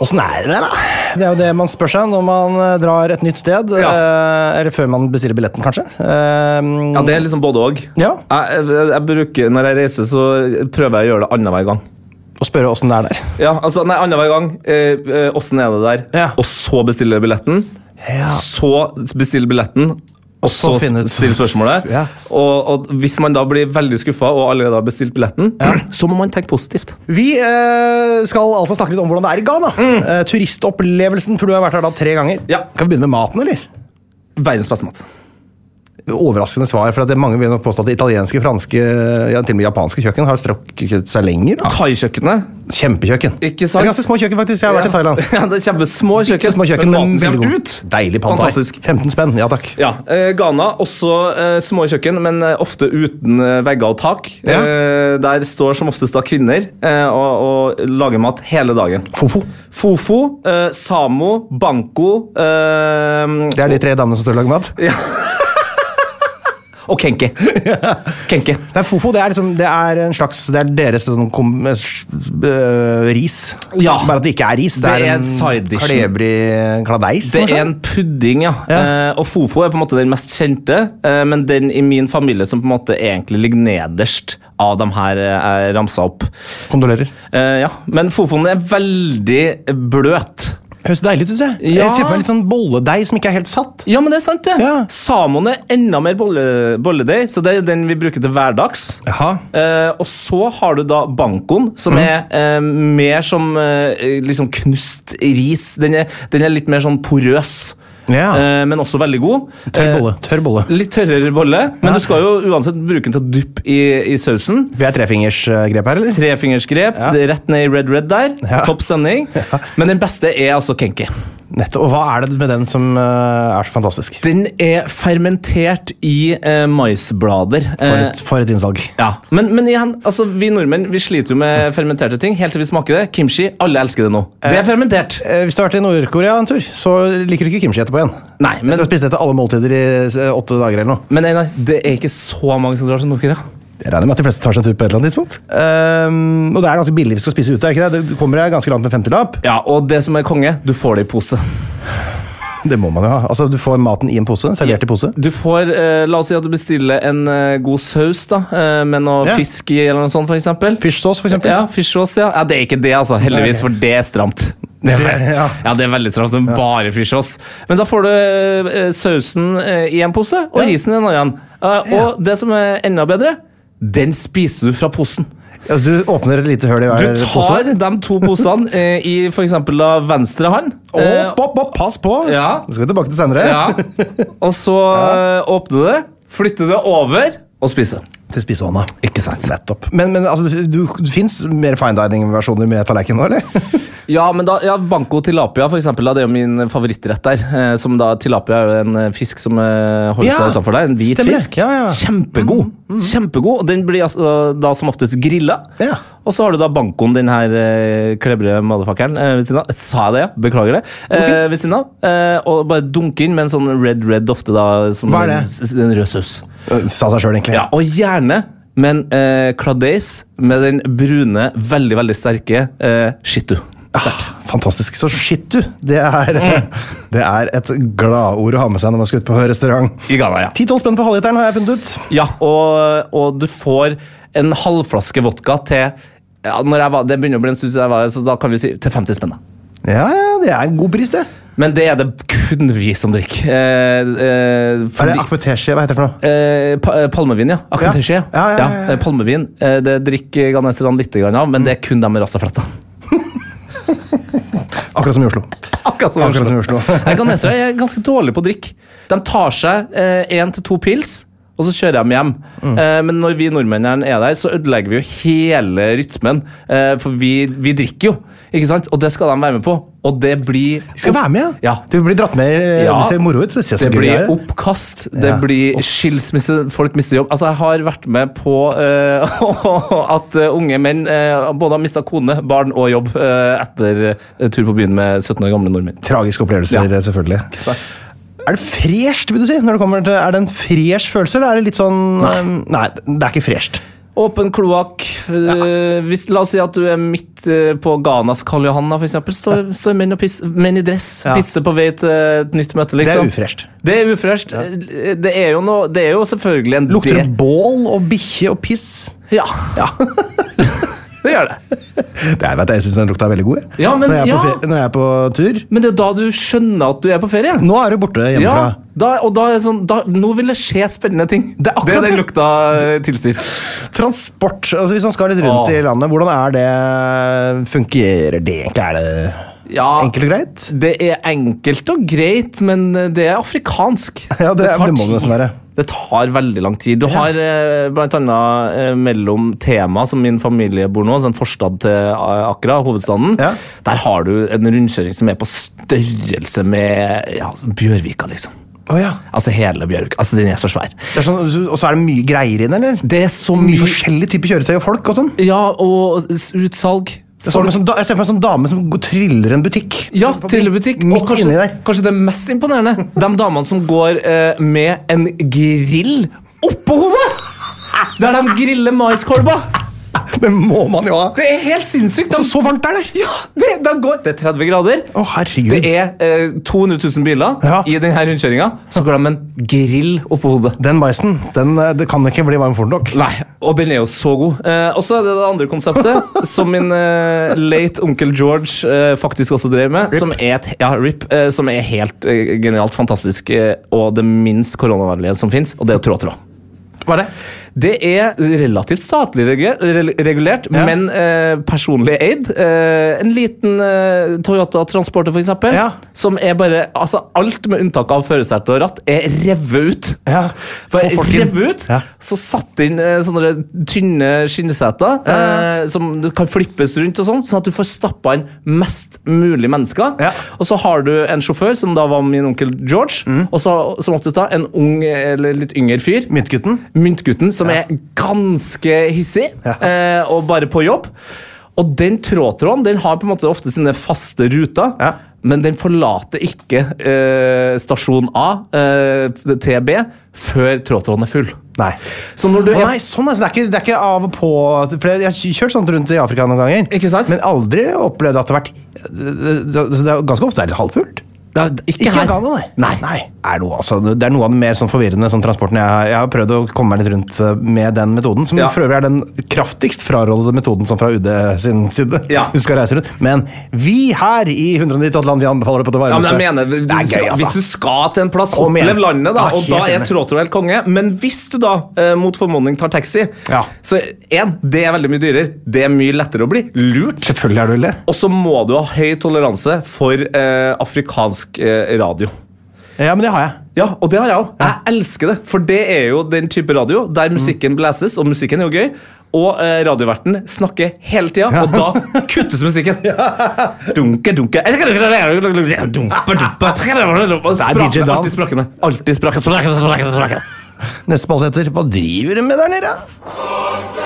Speaker 1: Åssen er det der, da? Det er jo det man spør seg når man eh, drar et nytt sted. eh, Eller før man bestiller billetten, kanskje. Eh,
Speaker 2: Ja, Det er liksom både òg.
Speaker 1: Ja.
Speaker 2: Jeg, jeg, jeg bruker, når jeg reiser, så prøver jeg å gjøre det annenhver gang.
Speaker 1: Og spørre åssen det er der.
Speaker 2: Ja, altså, nei, Annenhver gang. eh, eh, Åssen er det der?
Speaker 1: Ja.
Speaker 2: Og så bestiller jeg billetten.
Speaker 1: Ja.
Speaker 2: Så bestiller billetten. Og så
Speaker 1: så finne ut.
Speaker 2: stiller spørsmålet.
Speaker 1: Ja.
Speaker 2: Og, og hvis man da blir veldig skuffa og allerede har bestilt billetten, så må man tenke positivt.
Speaker 1: Vi eh, skal altså snakke litt om hvordan det er i Ghana. Eh, turistopplevelsen, for du har vært her da tre ganger.
Speaker 2: Mm. Ja.
Speaker 1: Kan vi begynne med maten, eller?
Speaker 2: Verdens beste mat.
Speaker 1: Overraskende svar, for at det, mange vil nok påstå at det italienske, franske, ja, til og med japanske kjøkken har strukket seg lenger. Da.
Speaker 2: Thaikjøkkenet
Speaker 1: Kjempekjøkken.
Speaker 2: Ikke sant?
Speaker 1: Det er ganske små kjøkken, faktisk. Jeg har vært i Thailand.
Speaker 2: Ja, det er kjempesmå kjøkken.
Speaker 1: Små kjøkken,
Speaker 2: men
Speaker 1: men
Speaker 2: maten
Speaker 1: veldig
Speaker 2: kommer
Speaker 1: god.
Speaker 2: ut.
Speaker 1: Deilig pad thai.
Speaker 2: Fantastisk.
Speaker 1: 15 spenn, ja takk.
Speaker 2: Ja, eh, Ghana, også eh, små kjøkken, men eh, ofte uten eh, vegger og tak.
Speaker 1: Ja.
Speaker 2: Eh, der står som oftest da kvinner eh, og, og lager mat hele dagen.
Speaker 1: Fofo.
Speaker 2: Fofo, eh, Samo, Banko eh,
Speaker 1: Det er de tre damene som står og lager mat.
Speaker 2: og Kenke. Kenke.
Speaker 1: Nei, fofo det er, liksom, det er en slags Det er deres sånn kom, eh, s- eh, ris.
Speaker 2: Ja.
Speaker 1: Bare at det ikke er ris. Det,
Speaker 2: Det er
Speaker 1: er
Speaker 2: en side
Speaker 1: en
Speaker 2: dish.
Speaker 1: klebrig kladeis.
Speaker 2: Det
Speaker 1: noe
Speaker 2: er
Speaker 1: sånt.
Speaker 2: en pudding, ja.
Speaker 1: Ja.
Speaker 2: Eh, og fofo er på en måte den mest kjente, eh, men den i min familie som på en måte egentlig ligger nederst av de her eh, jeg ramsa opp.
Speaker 1: Kondolerer.
Speaker 2: Eh, ja, Men fofoen er veldig bløt.
Speaker 1: Høres deilig ut, syns jeg.
Speaker 2: Ja.
Speaker 1: Jeg ser på meg litt sånn bolledeig som ikke er helt satt.
Speaker 2: Ja, men det er sant, det.
Speaker 1: Ja.
Speaker 2: Samoen er enda mer bolle, bolledeig, så det er den vi bruker til hverdags.
Speaker 1: Jaha.
Speaker 2: Eh, og så har du da bankoen, som
Speaker 1: Mhm.
Speaker 2: er eh, mer som eh, liksom knust ris. Den er, den er litt mer sånn porøs,
Speaker 1: Ja.
Speaker 2: eh, men også veldig god.
Speaker 1: Tørr
Speaker 2: Eh,
Speaker 1: bolle. Tørr bolle.
Speaker 2: Litt tørrere bolle, men du skal jo uansett bruke den til å dyppe i, i sausen.
Speaker 1: Vi har trefingersgrep her, eller?
Speaker 2: Trefingersgrep,
Speaker 1: Ja.
Speaker 2: det er rett ned i red red der.
Speaker 1: Ja.
Speaker 2: Topp stemning. Men den beste er altså Kenki.
Speaker 1: Nettopp. Og hva er det med den som eh, er så fantastisk?
Speaker 2: Den er fermentert i eh, maisblader.
Speaker 1: For
Speaker 2: Eh,
Speaker 1: et, for et innsalg.
Speaker 2: ja. Men, men igjen, altså, vi nordmenn vi sliter jo med fermenterte ting. Helt til vi smaker det. Kimchi, alle elsker det nå. Det er fermentert!
Speaker 1: Eh, Hvis du har vært i Nord-Korea en tur, så liker du ikke kimchi etterpå igjen.
Speaker 2: Nei,
Speaker 1: Du
Speaker 2: men,
Speaker 1: har spist etter alle måltider i eh, åtte dager eller noe.
Speaker 2: men Einar, det er ikke så mange som drar som dere.
Speaker 1: Jeg regner med at de fleste tar seg en tur på et eller annet tidspunkt. Ehm, og det er ganske billig hvis du skal spise ute. er ikke det? Du kommer deg ganske langt med 50-lapp.
Speaker 2: Ja, og det som er konge, du får det i pose.
Speaker 1: Det må man jo ha. Altså, Du får maten i en pose. Servert i pose.
Speaker 2: Du får, eh, La oss si at du bestiller en eh, god saus da, eh, med noe
Speaker 1: Ja.
Speaker 2: fisk i, eller noe sånt, for eksempel.
Speaker 1: Fish sauce, for eksempel.
Speaker 2: Ja, fish sauce, ja. ja. Det er ikke det, altså, heldigvis, for det er stramt. Det er,
Speaker 1: Det- ja.
Speaker 2: ja. det er veldig stramt. Men bare fish sauce. Men da får du eh, sausen eh, i en pose, og risen i en annen. Eh, og det som er enda bedre, den spiser du fra posen.
Speaker 1: Altså, du åpner et lite høl i
Speaker 2: Du
Speaker 1: hver pose.
Speaker 2: tar de to posene eh, i f.eks. venstre hånd. eh,
Speaker 1: Opp, opp, opp, pass på!
Speaker 2: Ja.
Speaker 1: Det skal vi tilbake til senere.
Speaker 2: Ja. Og så eh, åpne det, flytte det over og spise.
Speaker 1: Til spisehånda.
Speaker 2: Ikke sant?
Speaker 1: Nettopp. Men, men altså, du, du fins mer fine dining-versjoner med tallerken nå, eller?
Speaker 2: Ja, men da, ja, Banco tilapia for eksempel, da, det er jo min favorittrett der. Eh, som da, Tilapia er jo en eh, fisk som eh, holder
Speaker 1: Ja,
Speaker 2: seg utenfor der. En hvit
Speaker 1: stemmer det.
Speaker 2: fisk.
Speaker 1: Ja, Mm, ja.
Speaker 2: Kjempegod! Kjempegod, og Den blir altså, da som oftest grilla.
Speaker 1: Ja.
Speaker 2: Og så har du da Bancoen, den her eh, klebre motherfuckeren eh, ved siden av. Sa jeg det, ja? Beklager det. Eh, ved siden av. Eh, og bare dunke inn med en sånn red red ofte, da. Som
Speaker 1: Hva er det?
Speaker 2: En, s- en rød saus.
Speaker 1: Sa seg sjøl, egentlig.
Speaker 2: Ja, og gjerne med en eh, cladeis med den brune, veldig, veldig sterke eh, shitu.
Speaker 1: Ah, fantastisk. Så shit, du! Det er,
Speaker 2: Mm.
Speaker 1: det er et gladord å ha med seg når man skal ut på restaurant.
Speaker 2: I Ghana, ja.
Speaker 1: 10-12 spenn for halvliteren har jeg funnet ut.
Speaker 2: Ja, og, og du får en halvflaske vodka til ja, når jeg var, Det begynner å bli en stund siden jeg var her, så da kan vi si til 50 spenn. da.
Speaker 1: Ja, ja, det er en god pris, det.
Speaker 2: Men det er det kun vi som drikker. Eh, eh,
Speaker 1: Er
Speaker 2: fordi-
Speaker 1: det akpeterskje? Hva heter det for noe?
Speaker 2: Eh, pa- eh, palmevin, ja. Akantisje.
Speaker 1: Ja. Ja, ja, ja, ja.
Speaker 2: eh, palmevin. Eh, det drikker ghaneserne litt grann av, men det er kun dem med rastafletter.
Speaker 1: Akkurat som i Oslo.
Speaker 2: Akkurat som
Speaker 1: Akkurat som i Oslo.
Speaker 2: Nei, Ghanesere er ganske dårlige på å drikke. De tar seg én til to pils, og så kjører de hjem.
Speaker 1: Mm.
Speaker 2: Eh, men når vi nordmennene er der, så ødelegger vi jo hele rytmen. Eh, for vi, vi drikker jo, ikke sant? Og det skal de være med på. Og det blir
Speaker 1: De skal være med,
Speaker 2: ja.
Speaker 1: De blir dratt med.
Speaker 2: Ja.
Speaker 1: Det ser moro ut. Det ser så
Speaker 2: Det
Speaker 1: gøy
Speaker 2: blir
Speaker 1: ut.
Speaker 2: oppkast, det
Speaker 1: Ja.
Speaker 2: blir skilsmisse, folk mister jobb. Altså, jeg har vært med på eh, at eh, unge menn eh, både har mista kone, barn og jobb eh, etter eh, tur på byen med 17 år gamle nordmenn.
Speaker 1: Tragiske opplevelser,
Speaker 2: Ja.
Speaker 1: selvfølgelig. Er det fresht, vil du si? når det kommer til, Er det en fresh følelse, eller er det litt sånn um, Nei, det er ikke fresht.
Speaker 2: Åpen kloakk. eh, hvis- La oss si at du er midt eh, på Ghanas Karl Johan, da, for eksempel. Står, står menn, og piss, menn i dress,
Speaker 1: Ja.
Speaker 2: pisser på vei til et nytt møte,
Speaker 1: Det er
Speaker 2: liksom.
Speaker 1: ufresht.
Speaker 2: Det er ufresht. Eh, Det er jo noe Det er jo selvfølgelig en
Speaker 1: Lukter det
Speaker 2: del-
Speaker 1: bål og bikkje og piss?
Speaker 2: Ja. det gjør det.
Speaker 1: Det er, vet, jeg, jeg syns den lukta er veldig god. jeg.
Speaker 2: Ja, men-
Speaker 1: når, jeg er på
Speaker 2: ja.
Speaker 1: fe- når jeg er på tur
Speaker 2: Men det er da du skjønner at du er på ferie.
Speaker 1: Nå er du borte
Speaker 2: ja,
Speaker 1: hjemmefra.
Speaker 2: da, og da er det sånn da, Nå vil det skje spennende ting.
Speaker 1: Det er akkurat
Speaker 2: den
Speaker 1: det.
Speaker 2: lukta eh, tilsier.
Speaker 1: Transport, altså hvis man skal litt rundt
Speaker 2: Åh.
Speaker 1: i landet, hvordan er det Fungerer det egentlig? Er det
Speaker 2: Ja,
Speaker 1: enkelt og greit?
Speaker 2: det er enkelt og greit, men eh, det er afrikansk.
Speaker 1: Ja, det,
Speaker 2: tar
Speaker 1: det må det
Speaker 2: tid.
Speaker 1: nesten være.
Speaker 2: Det tar veldig lang tid. Du har eh, blant annet eh, mellom tema, som min familie bor nå, så en forstad til eh, Accra, hovedstaden.
Speaker 1: Ja.
Speaker 2: Der har du en rundkjøring som er på størrelse med ja, Bjørvika, liksom.
Speaker 1: Å ja.
Speaker 2: Altså hele Bjørvika. Altså, den er så svær.
Speaker 1: Det er sånn, og så er det mye greier i den, eller?
Speaker 2: Det er så
Speaker 1: Mye
Speaker 2: mye
Speaker 1: forskjellige typer kjøretøy og folk og sånn?
Speaker 2: Ja, og s- utsalg.
Speaker 1: Jeg ser for meg som, da- jeg ser for meg som dame som går, triller en butikk.
Speaker 2: Ja,
Speaker 1: Så-
Speaker 2: trillebutikk.
Speaker 1: Midt
Speaker 2: Og kanskje,
Speaker 1: inni der.
Speaker 2: kanskje det mest imponerende, de damene som går eh, med en grill oppå hodet! Der de griller maiskolber!
Speaker 1: Det må man jo ha.
Speaker 2: Det er helt sinnssykt.
Speaker 1: Så,
Speaker 2: De,
Speaker 1: så varmt er det!
Speaker 2: ja, det, de går, det er 30 grader.
Speaker 1: Å, herregud.
Speaker 2: Det er eh, 200 000 biler
Speaker 1: Ja.
Speaker 2: i denne rundkjøringa. Så går de med en grill oppå hodet.
Speaker 1: Den maisen den, eh, det kan ikke bli varm fort nok.
Speaker 2: Nei, og den er jo så god. Eh, og så er det det andre konseptet, som min eh, late onkel George eh, faktisk også drev med. Som er et, ja, RIP. Eh, som er helt eh, genialt, fantastisk, eh, og det minst koronavennlige som fins, og det er å trå tråd.
Speaker 1: Hva er det?
Speaker 2: Det er relativt statlig reger- rel- regulert,
Speaker 1: Ja.
Speaker 2: men eh, personlig eid. Eh, en liten eh, Toyota Transporter, for eksempel,
Speaker 1: Ja.
Speaker 2: som er bare altså Alt med unntak av førersete og ratt er revet ut.
Speaker 1: Ja,
Speaker 2: Bare
Speaker 1: få folk inn.
Speaker 2: revet ut.
Speaker 1: Ja.
Speaker 2: Så satt inn eh, sånne tynne skinnseter eh, som du kan flippes rundt, og sånn, sånn at du får stappa inn mest mulig mennesker.
Speaker 1: Ja.
Speaker 2: Og så har du en sjåfør, som da var min onkel George,
Speaker 1: Mm.
Speaker 2: og så som oftest da en ung eh, eller litt yngre fyr.
Speaker 1: Myntgutten?
Speaker 2: Myntgutten, som er ganske hissig
Speaker 1: Ja.
Speaker 2: eh, og bare på jobb. Og den trådtråden den har på en måte ofte sine faste ruter,
Speaker 1: Ja.
Speaker 2: men den forlater ikke eh, stasjon A eh, til B før trådtråden er full.
Speaker 1: Nei.
Speaker 2: Så når du
Speaker 1: Å
Speaker 2: er
Speaker 1: nei, sånn altså, det, er ikke, det er ikke av og på For jeg jeg har kjørt sånt rundt i Afrika noen ganger.
Speaker 2: Ikke sant?
Speaker 1: Men aldri opplevd at det har vært det- det- det- det er ganske ofte er det halvfullt.
Speaker 2: Da- Ikke,
Speaker 1: Ikke
Speaker 2: her.
Speaker 1: Ghana, nei.
Speaker 2: Nei.
Speaker 1: Er noe, altså, det er noe av den mer sånn forvirrende sånn transporten. Jeg, har- jeg har prøvd å komme meg litt rundt eh, med den metoden, som
Speaker 2: Ja.
Speaker 1: for øvrig er den kraftigst frarådede metoden sånn fra UD sin side.
Speaker 2: Ja.
Speaker 1: Du skal reise rundt. Men vi her i 198 land, vi anbefaler det på det
Speaker 2: Ja,
Speaker 1: varmeste.
Speaker 2: men jeg mener, hvis,
Speaker 1: det er gøy, altså.
Speaker 2: hvis du skal til en plass,
Speaker 1: Kom igjen.
Speaker 2: opplev landet, da,
Speaker 1: Ja,
Speaker 2: og
Speaker 1: helt
Speaker 2: da er
Speaker 1: enig.
Speaker 2: trådtråd helt konge. Men hvis du da, eh, mot formodning, tar taxi,
Speaker 1: Ja.
Speaker 2: så én, det er veldig mye dyrere. Det er mye lettere å bli lurt.
Speaker 1: Selvfølgelig er du vel det.
Speaker 2: Og så må du ha høy toleranse for eh, afrikansk eh, radio.
Speaker 1: Ja, men det har jeg.
Speaker 2: Ja, og det har jeg òg. Jeg elsker det. For det er jo den type radio der musikken blæses, og musikken er jo gøy. Og eh, radioverten snakker hele tida, og da kuttes musikken. Dunke, dunke Dumpe, dumpe
Speaker 1: DJ Dan.
Speaker 2: Alltid sprakende. Alltid sprakende, sprakende, sprakende, sprakende.
Speaker 1: Neste spalte heter Hva driver du med der nede?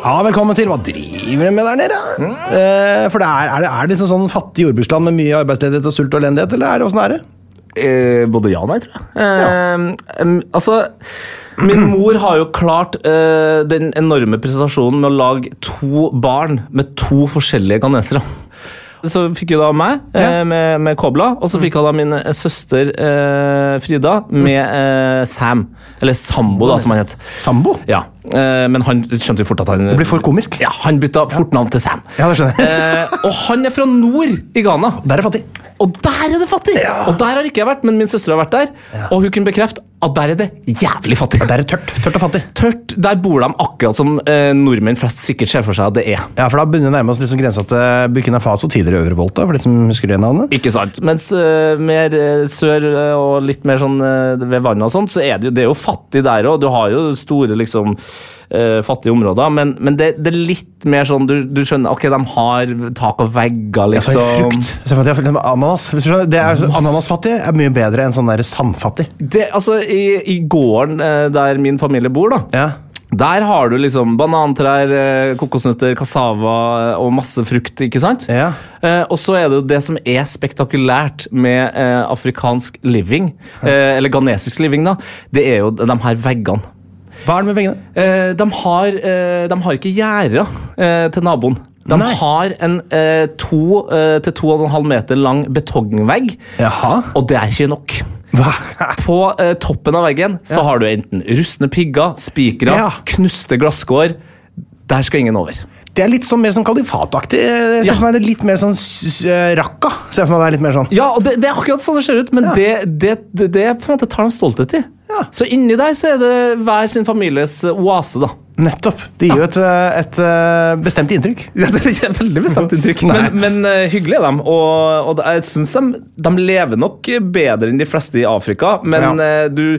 Speaker 1: Ja, velkommen til Hva driver dere med der nede? Eh, for det er, er det, er det liksom sånn fattig jordbruksland med mye arbeidsledighet og sult og elendighet, eller er det åssen er det?
Speaker 2: Eh, både ja og nei, tror jeg. Eh, em, altså Min mor har jo klart eh, den enorme prestasjonen med å lage to barn med to forskjellige ghanesere. Så fikk hun da meg eh,
Speaker 1: Ja.
Speaker 2: med, med Kobla, og så fikk hun da min eh, søster eh, Frida med eh, Sam. Eller Sambo, da, som han het.
Speaker 1: Sambo?
Speaker 2: Ja, eh, Men han skjønte jo fort at han
Speaker 1: Det blir for komisk.
Speaker 2: Ja, Han bytta fort navn til Sam.
Speaker 1: Ja, det skjønner jeg.
Speaker 2: Eh, og han er fra nord i Ghana.
Speaker 1: Der er fattig.
Speaker 2: Og der er det fattig! Og der har ikke jeg vært, men min søster har vært der. Og hun kunne bekrefte at der er det jævlig fattig.
Speaker 1: Der er det tørt. Tørt og fattig.
Speaker 2: Tørt, Der bor de akkurat som eh, nordmenn flest sikkert ser for seg at det er.
Speaker 1: Ja, for da begynner vi å nærme oss liksom grensa til Burkina Faso, tidligere Øvre Volta, for de som husker det navnet.
Speaker 2: Ikke sant? Mens eh, mer eh, sør eh, og litt mer sånn eh, ved vannet og sånt, så er det jo, det er jo fattig der òg. Du har jo store liksom eh, fattige områder, men, men det, det er litt mer sånn du, du skjønner Ok, de har tak og vegger,
Speaker 1: Jeg sa
Speaker 2: liksom.
Speaker 1: frukt. Se for deg at jeg fikk en Ananas. Hvis du skjønner, det er, ananasfattig er mye bedre enn sånn der sandfattig.
Speaker 2: Det, altså, i, I gården eh, der min familie bor, da,
Speaker 1: Ja.
Speaker 2: Der har du liksom banantrær, eh, kokosnøtter, kassava eh, og masse frukt, ikke sant?
Speaker 1: Ja.
Speaker 2: Eh, og så er det jo det som er spektakulært med eh, afrikansk living, eh, eller ghanesisk living, da, det er jo de her veggene.
Speaker 1: Hva er det med vingene?
Speaker 2: Eh, de, har, eh, de har ikke gjerder eh, til naboen. De
Speaker 1: Nei.
Speaker 2: har en eh, to eh, til to og en halv meter lang betongvegg,
Speaker 1: Jaha.
Speaker 2: og det er ikke nok.
Speaker 1: Hva?
Speaker 2: På eh, toppen av veggen så har du enten rustne pigger, spikere,
Speaker 1: Ja.
Speaker 2: knuste glasskår. Der skal ingen over.
Speaker 1: Det er litt sånn mer sånn kalifataktig. Jeg
Speaker 2: Ja.
Speaker 1: ser for meg det er litt mer sånn s- s- rakka. Ser for meg det er litt mer sånn.
Speaker 2: Ja, og det, det er akkurat sånn det ser ut, men
Speaker 1: Ja.
Speaker 2: det, det, det, det på en måte tar de stolthet i.
Speaker 1: Ja.
Speaker 2: Så inni der så er det hver sin families oase, da.
Speaker 1: Nettopp. Det gir jo et, eh, et eh, bestemt inntrykk.
Speaker 2: Ja, det er veldig bestemt inntrykk.
Speaker 1: Nei.
Speaker 2: Men, men eh, hyggelige er de, og, og det- jeg syns de, de lever nok bedre enn de fleste i Afrika. Men
Speaker 1: Ja.
Speaker 2: eh, du,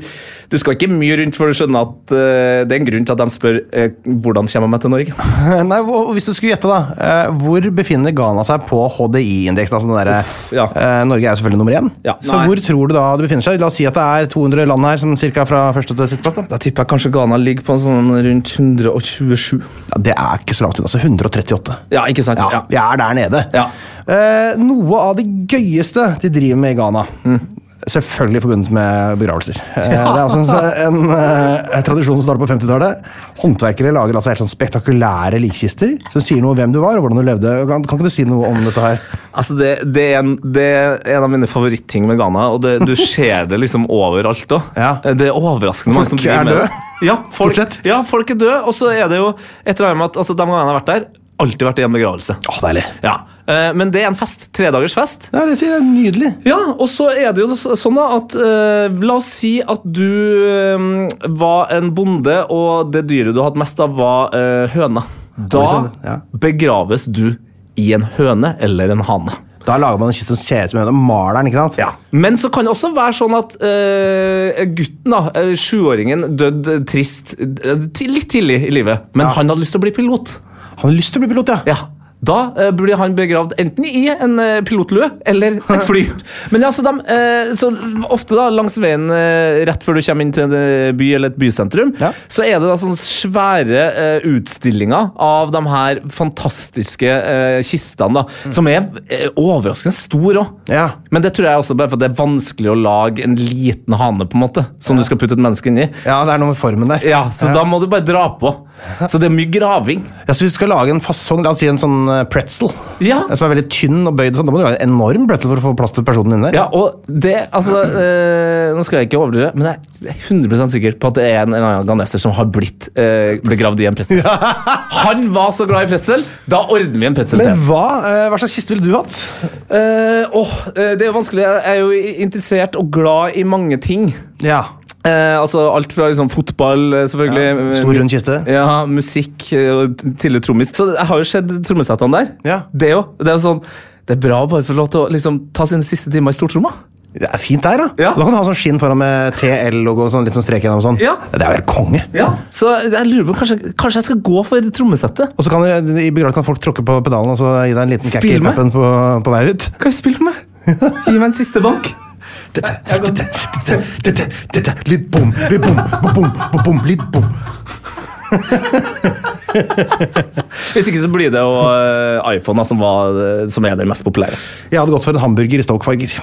Speaker 2: du skal ikke mye rundt for å skjønne at eh, det er en grunn til at de spør eh, hvordan kommer jeg meg til Norge.
Speaker 1: Eh, Nei, og og Hvis du skulle gjette, da. eh, Hvor befinner Ghana seg på HDI-indeksen? Altså den derre-
Speaker 2: ja.
Speaker 1: eh, Norge er jo selvfølgelig nummer én.
Speaker 2: Ja,
Speaker 1: så
Speaker 2: nei.
Speaker 1: hvor tror du da det befinner seg? La oss si at det er 200 land her, som cirka fra første til siste plass. da.
Speaker 2: Da tipper jeg kanskje Ghana ligger på sånn rundt 127.
Speaker 1: Ja, det er ikke så langt unna. Altså 138.
Speaker 2: Ja, ikke sant?
Speaker 1: Ja, Vi er der nede.
Speaker 2: Ja.
Speaker 1: Eh, noe av det gøyeste de driver med i Ghana Selvfølgelig forbundet med begravelser. Eh, Det er altså en, en, eh, en tradisjon som startet på 50-tallet. Håndverkere lager altså helt sånn spektakulære likkister som sier noe om hvem du var og hvordan du levde. Kan, kan ikke du si noe om dette her?
Speaker 2: Altså det, det, er en, det er en av mine favoritting med Ghana, og det, du ser det liksom overalt òg.
Speaker 1: Ja.
Speaker 2: Det er overraskende
Speaker 1: Folk
Speaker 2: mange som
Speaker 1: er
Speaker 2: driver med
Speaker 1: døde.
Speaker 2: det. Ja, folk,
Speaker 1: Stort sett.
Speaker 2: ja, folk er døde, og så er det jo et eller annet med at altså, de gangene jeg har vært der, alltid vært i en begravelse.
Speaker 1: Åh, deilig.
Speaker 2: Ja. Eh, Men det er en fest. Tredagers fest.
Speaker 1: Ja, det sier jeg. Nydelig.
Speaker 2: Ja, og så er det jo så- sånn da at eh, La oss si at du eh, var en bonde, og det dyret du hadde mest av, var eh, høna. Da
Speaker 1: det, ja.
Speaker 2: begraves du i en høne eller en hane.
Speaker 1: Da lager man en kiste som ser ut som en maler den, ikke sant?
Speaker 2: Men så kan det også være sånn at eh, gutten, da, eh, sjuåringen, døde trist eh, ti- litt tidlig i livet. Men han hadde lyst til å bli pilot.
Speaker 1: Han har lyst til å bli pilot, ja.
Speaker 2: Ja, Da eh, blir han begravd enten i en eh, pilotlue eller et fly. Men ja, så, de, eh, så ofte da, langs veien eh, rett før du kommer inn til en eh, by eller et bysentrum,
Speaker 1: Ja.
Speaker 2: så er det da sånne svære eh, utstillinger av de her fantastiske eh, kistene, da, som er eh, overraskende store òg.
Speaker 1: Mm. Ja.
Speaker 2: Men det tror jeg også bare for at det er vanskelig å lage en liten hane på en måte, som du skal putte et menneske inni.
Speaker 1: ja, det er noe med formen der.
Speaker 2: Ja, Så da må du bare dra på. Så det er mye graving.
Speaker 1: Ja, så hvis du skal lage en fasong, la oss si en sånn eh, pretzel,
Speaker 2: Ja.
Speaker 1: eh, som er veldig tynn og bøyd, sånn, da må du lage en enorm pretzel for å få plass til personen inni der.
Speaker 2: Ja, og det, altså eh, Nå skal jeg ikke overdrive, men jeg er 100 sikker på at det er en, en annen ganeser som har blitt eh, begravd i en pretzel. Han var så glad i pretzel! Da ordner vi en pretzel til.
Speaker 1: Men hva, eh, hva slags kiste ville du hatt?
Speaker 2: Eh, åh, eh, det er jo vanskelig. Jeg er jo interessert og glad i mange ting.
Speaker 1: Ja.
Speaker 2: Eh, altså Alt fra liksom fotball, eh, selvfølgelig. eh,
Speaker 1: Stor, rund kiste.
Speaker 2: Ja, musikk eh, og tidligere trommis. Så jeg har jo sett trommesettene der.
Speaker 1: Ja.
Speaker 2: Det jo, Det er jo sånn Det er bra å bare få lov til å liksom, ta sine siste timer i stortromma.
Speaker 1: Det er fint der, da.
Speaker 2: Ja.
Speaker 1: Da kan du ha sånn skinn foran med TL-logo og sånn, litt sånn strek gjennom og sånn.
Speaker 2: Ja.
Speaker 1: Det er jo helt konge.
Speaker 2: Så jeg lurer på kanskje, kanskje jeg skal gå for trommesettet?
Speaker 1: Og så kan, du- i begravelsen kan folk tråkke på pedalen og så gi deg en liten kakk i
Speaker 2: Spille med.
Speaker 1: pappen på, på vei ut.
Speaker 2: Kan du spille for meg? Gi meg en siste bank.
Speaker 1: Dette, dette, dette, dette, dette, litt bom, litt bom, bom, bom, bom, bom, litt bom.
Speaker 2: Hvis ikke så blir det jo eh, iPhone da, som, var, eh, som er den mest populære.
Speaker 1: Jeg hadde gått for en hamburger i Stoke-farger.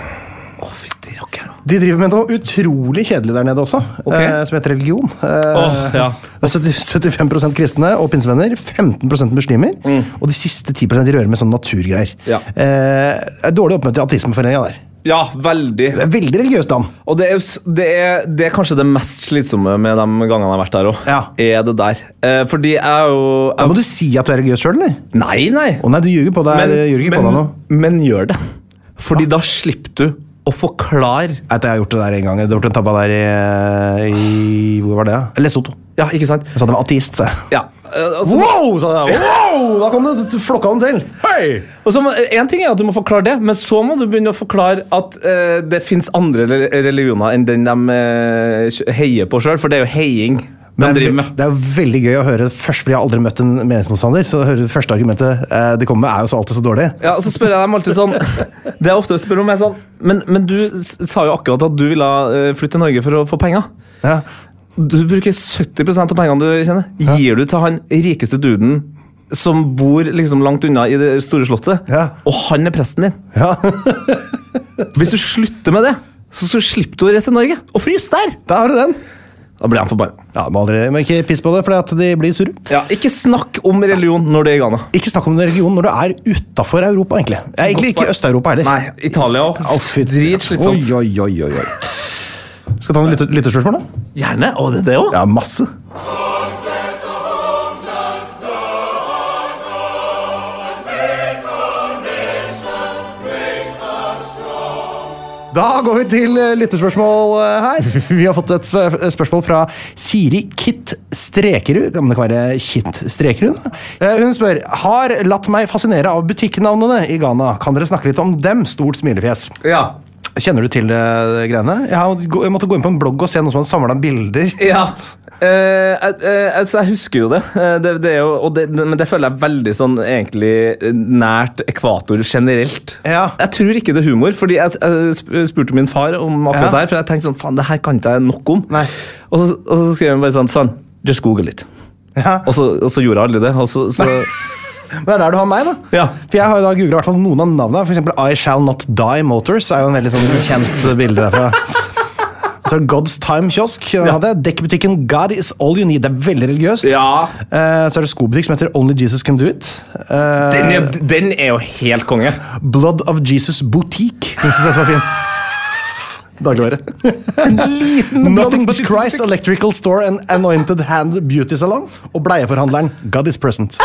Speaker 2: Å, fytti rakkeren.
Speaker 1: De driver med noe utrolig kjedelig der nede også,
Speaker 2: Ok.
Speaker 1: eh, som heter religion. Eh,
Speaker 2: Åh, ja.
Speaker 1: Det er 70 75 kristne og pinsevenner, 15 muslimer, og de siste 10 de rører med sånn naturgreier.
Speaker 2: Mm. Ja.
Speaker 1: Eh, det er dårlig oppmøte i ateismeforeninga der.
Speaker 2: Ja, veldig.
Speaker 1: Det er Veldig religiøst land.
Speaker 2: Og det er, jo s- det, er, det er kanskje det mest slitsomme med de gangene jeg har vært der òg.
Speaker 1: Ja.
Speaker 2: Er det der. Eh, fordi jeg er jo
Speaker 1: Da
Speaker 2: jeg,
Speaker 1: må du si at du er religiøs sjøl, eller?
Speaker 2: Nei, nei.
Speaker 1: Å nei, du ljuger på deg. du ljuger ikke på deg nå.
Speaker 2: men gjør det. Fordi da slipper du å forklare
Speaker 1: Jeg vet at jeg har gjort det der en gang. Det har gjort en tabba der i, eh, i Hvor var det? da? Lesotho.
Speaker 2: Ja, ikke sant?
Speaker 1: Jeg sa det var ateist, sa jeg.
Speaker 2: Ja. eh, Altså,
Speaker 1: Wow! sa jeg. Wow! Da kom det flokka dem til. Hei!
Speaker 2: og så må, en ting er at du må forklare det, men så må du begynne å forklare at eh, det fins andre re- religioner enn den de eh, kj- heier på sjøl, for det er jo heiing de
Speaker 1: Det er,
Speaker 2: driver
Speaker 1: ve-
Speaker 2: med.
Speaker 1: det er jo veldig gøy å høre først, fordi jeg har aldri møtt en meningsmotstander. Så hører du første argumentet eh, de kommer med, er jo så alltid så dårlig.
Speaker 2: Ja, og så spør jeg dem alltid sånn Det jeg ofte spør om, er sånn Men, men du s- sa jo akkurat at du ville eh, flytte til Norge for å få penger.
Speaker 1: Ja.
Speaker 2: Du bruker 70 av pengene du kjenner. Gir du til han rikeste duden som bor liksom langt unna i det store slottet,
Speaker 1: Ja.
Speaker 2: og han er presten din.
Speaker 1: Ja.
Speaker 2: Hvis du slutter med det, så, så slipper du å reise til Norge og fryse der!
Speaker 1: Der har du den.
Speaker 2: Da blir han forbanna.
Speaker 1: Ja, må aldri, men Ikke piss på det, for de blir sure.
Speaker 2: Ja, ikke snakk om religion når du er i Ghana.
Speaker 1: Ikke snakk om religion når du er utafor Europa, egentlig. Ja, egentlig ikke Øst-Europa heller.
Speaker 2: Nei, Italia òg. Dritslitsomt.
Speaker 1: Oi, oi, oi, oi, oi. Skal vi ta noen lytter, lytterspørsmål, da?
Speaker 2: Gjerne. Å, det er det òg?
Speaker 1: Ja, masse. Da går vi til eh, lytterspørsmål eh, her. Vi har fått et sp- spørsmål fra Siri Kitt Strekerud. Kan det ikke være Kitt Strekerud? da? Eh, Hun spør har latt meg fascinere av butikknavnene i Ghana. Kan dere snakke litt om dem? Stort smilefjes.
Speaker 2: Ja.
Speaker 1: Kjenner du til det, det greiene? Jeg, har, gå- jeg måtte gå inn på en blogg og se noen som hadde samla bilder.
Speaker 2: Ja. Eh, eh, eh, altså, jeg husker jo det. Eh, det, det er jo og det, men det føler jeg veldig sånn egentlig eh, nært ekvator generelt.
Speaker 1: Ja.
Speaker 2: Jeg tror ikke det er humor, fordi jeg, jeg sp- spurte min far om akkurat
Speaker 1: Ja.
Speaker 2: det her. For jeg tenkte sånn, faen, det her kan ikke jeg nok om.
Speaker 1: Nei.
Speaker 2: Og, så, og så skrev han bare sånn, sånn, just google it.
Speaker 1: Ja.
Speaker 2: Og så, og så gjorde jeg aldri det. Og så, så,
Speaker 1: Men det er der du har meg, da.
Speaker 2: Ja.
Speaker 1: For jeg har jo da googla hvert fall noen av navnene. For eksempel I Shall Not Die Motors er jo en veldig sånn kjent bilde derfra. Så er det God's Time Kiosk. den hadde jeg. Dekkbutikken God Is All You Need. Det er veldig religiøst.
Speaker 2: Ja.
Speaker 1: Eh, så er det skobutikk som heter Only Jesus Can Do It. Eh,
Speaker 2: den, er, den er jo helt konge.
Speaker 1: Blood of Jesus Boutique. Den synes jeg var fin. Dagligvare. Nothing but Christ Electrical Store and Anointed Hand Beauty Salon. Og bleieforhandleren God is present.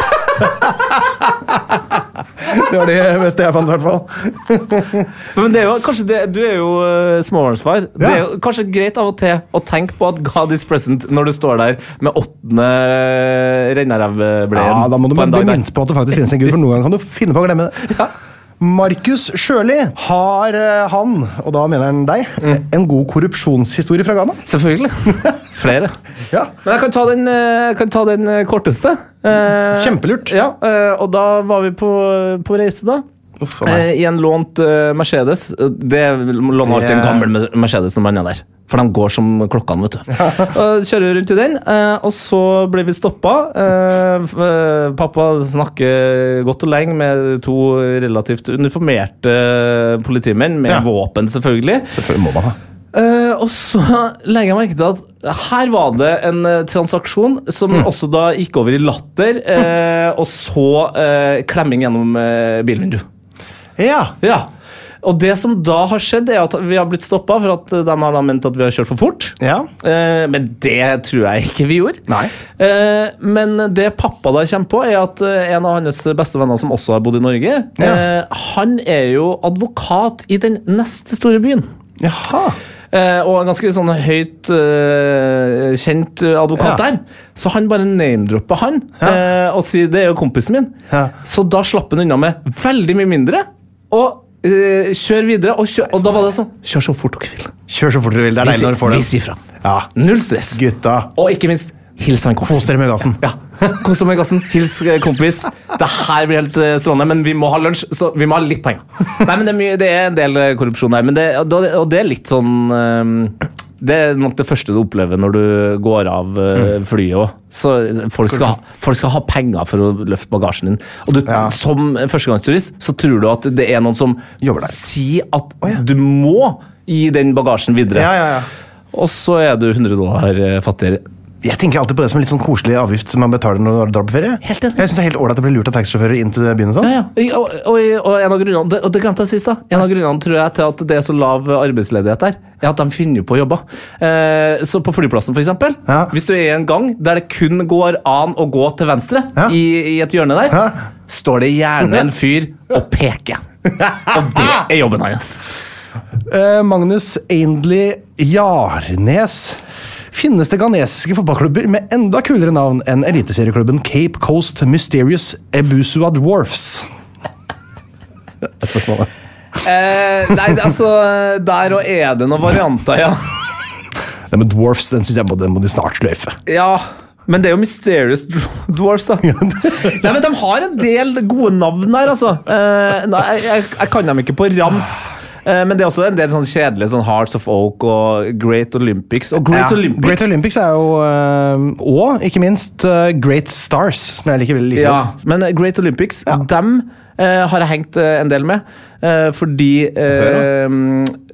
Speaker 1: det var det beste jeg fant, i hvert fall.
Speaker 2: Men det er jo, kanskje det, Du er jo eh, småbarnsfar. Det er jo kanskje greit av og til å tenke på at God is present når du står der med åttende rennerevbleien.
Speaker 1: Ja, Da må du
Speaker 2: på
Speaker 1: bare
Speaker 2: en
Speaker 1: bli
Speaker 2: dag der.
Speaker 1: minnet på at det faktisk finnes en gud, for noen ganger kan du finne på å glemme det. Markus Sjøli, har eh, han, og da mener han deg, en god korrupsjonshistorie fra Ghana?
Speaker 2: Selvfølgelig. Flere.
Speaker 1: Ja.
Speaker 2: Men jeg kan ta den, eh, jeg kan ta den eh, korteste. Eh,
Speaker 1: Kjempelurt.
Speaker 2: Ja, eh, og da var vi på, eh, på reise, da.
Speaker 1: Uff, a meg.
Speaker 2: Eh, I en lånt eh, Mercedes. Eh, Det låner alltid en
Speaker 1: Det-
Speaker 2: gammel Mer- Mercedes når man er der. For de går som klokkene, vet du. Og kjører rundt i den, eh, og så blir vi stoppa. Eh, f- eh, Pappa snakker godt og lenge med to relativt uniformerte politimenn, med
Speaker 1: Ja.
Speaker 2: våpen, selvfølgelig.
Speaker 1: Selvfølgelig må man ha.
Speaker 2: Eh, og så legger jeg merke til at her var det en eh, transaksjon som
Speaker 1: Mm.
Speaker 2: også da gikk over i latter, eh, og så eh, klemming gjennom eh, bilvinduet.
Speaker 1: Ja.
Speaker 2: Ja. Og det som da har skjedd, er at vi har blitt stoppa for at de har da ment at vi har kjørt for fort.
Speaker 1: ja.
Speaker 2: Eh, men det tror jeg ikke vi gjorde.
Speaker 1: Nei.
Speaker 2: Eh, men det pappa da kommer på, er at eh, en av hans beste venner som også har bodd i Norge, eh, han er jo advokat i den neste store byen.
Speaker 1: Jaha.
Speaker 2: Eh, og en ganske sånn høyt eh, kjent eh, advokat
Speaker 1: Ja.
Speaker 2: der. Så han bare name-dropper han eh, og sier 'det er jo kompisen min'.
Speaker 1: Ja.
Speaker 2: Så da slapp han unna med veldig mye mindre. Og eh, kjør videre. Og, kjør, og da var det sånn Kjør så fort dere vil.
Speaker 1: Kjør så fort dere vil. Det er
Speaker 2: Vi
Speaker 1: deilig når
Speaker 2: sier,
Speaker 1: du får
Speaker 2: vi
Speaker 1: den.
Speaker 2: sier fra.
Speaker 1: Ja.
Speaker 2: Null stress.
Speaker 1: Gutta,
Speaker 2: Og ikke minst, hils han kompisen.
Speaker 1: kos dere med gassen.
Speaker 2: Ja. Kos deg med gassen. Hils eh, kompis. Det her blir helt eh, strålende, men vi må ha lunsj, så vi må ha litt penger. Nei, men det er, mye, det er en del eh, korrupsjon der, men det, og det- og det er litt sånn eh, Det er nok det første du opplever når du går av eh,
Speaker 1: Mm.
Speaker 2: flyet òg. Så folk skal, ha- folk skal ha penger for å løfte bagasjen din. Og du,
Speaker 1: Ja.
Speaker 2: som førstegangsturist så tror du at det er noen som
Speaker 1: Jobber der.
Speaker 2: sier at du må gi den bagasjen videre,
Speaker 1: Ja, ja, ja.
Speaker 2: og så er du 100 dollar eh, fattigere.
Speaker 1: Jeg tenker alltid på det som en litt sånn koselig avgift som man betaler når du drar på ferie.
Speaker 2: Helt enig.
Speaker 1: Jeg synes det er helt ålreit å bli lurt av taxisjåfører inn til byen og sånn.
Speaker 2: Ja, ja. Og, og, og en av grunnene, det- og det glemte jeg sist, da. En av grunnene tror jeg til at det er så lav arbeidsledighet der, er at de finner jo på jobber. Eh, så på flyplassen, for eksempel.
Speaker 1: Ja.
Speaker 2: Hvis du er i en gang der det kun går an å gå til venstre,
Speaker 1: Ja.
Speaker 2: i, i et hjørne der,
Speaker 1: Ja.
Speaker 2: står det gjerne en fyr og peker. Og det er jobben hans.
Speaker 1: Eh, Magnus Ainley Jarnes. Finnes det ghanesiske fotballklubber med enda kulere navn enn eliteserieklubben Cape Coast Mysterious Ebusua Dwarfs? Det er Spørsmålet.
Speaker 2: Eh, nei, det- altså Der og er det noen varianter, ja.
Speaker 1: Det med dwarfs den synes jeg må, den må de snart sløyfe.
Speaker 2: ja. Men det er jo Mysterious Dwarfs, da. Nei, men De har en del gode navn her, altså. Eh, nei, jeg, jeg, jeg kan dem ikke på rams. Eh, men det er også en del sånn kjedelige sånn Hearts of Oak og Great Olympics. Og Great
Speaker 1: Ja,
Speaker 2: Olympics,
Speaker 1: Great Olympics er jo eh, Og ikke minst eh, Great Stars, som jeg liker veldig like
Speaker 2: ja,
Speaker 1: godt.
Speaker 2: Men eh, Great Olympics, dem eh, har jeg hengt eh, en del med. eh, fordi eh,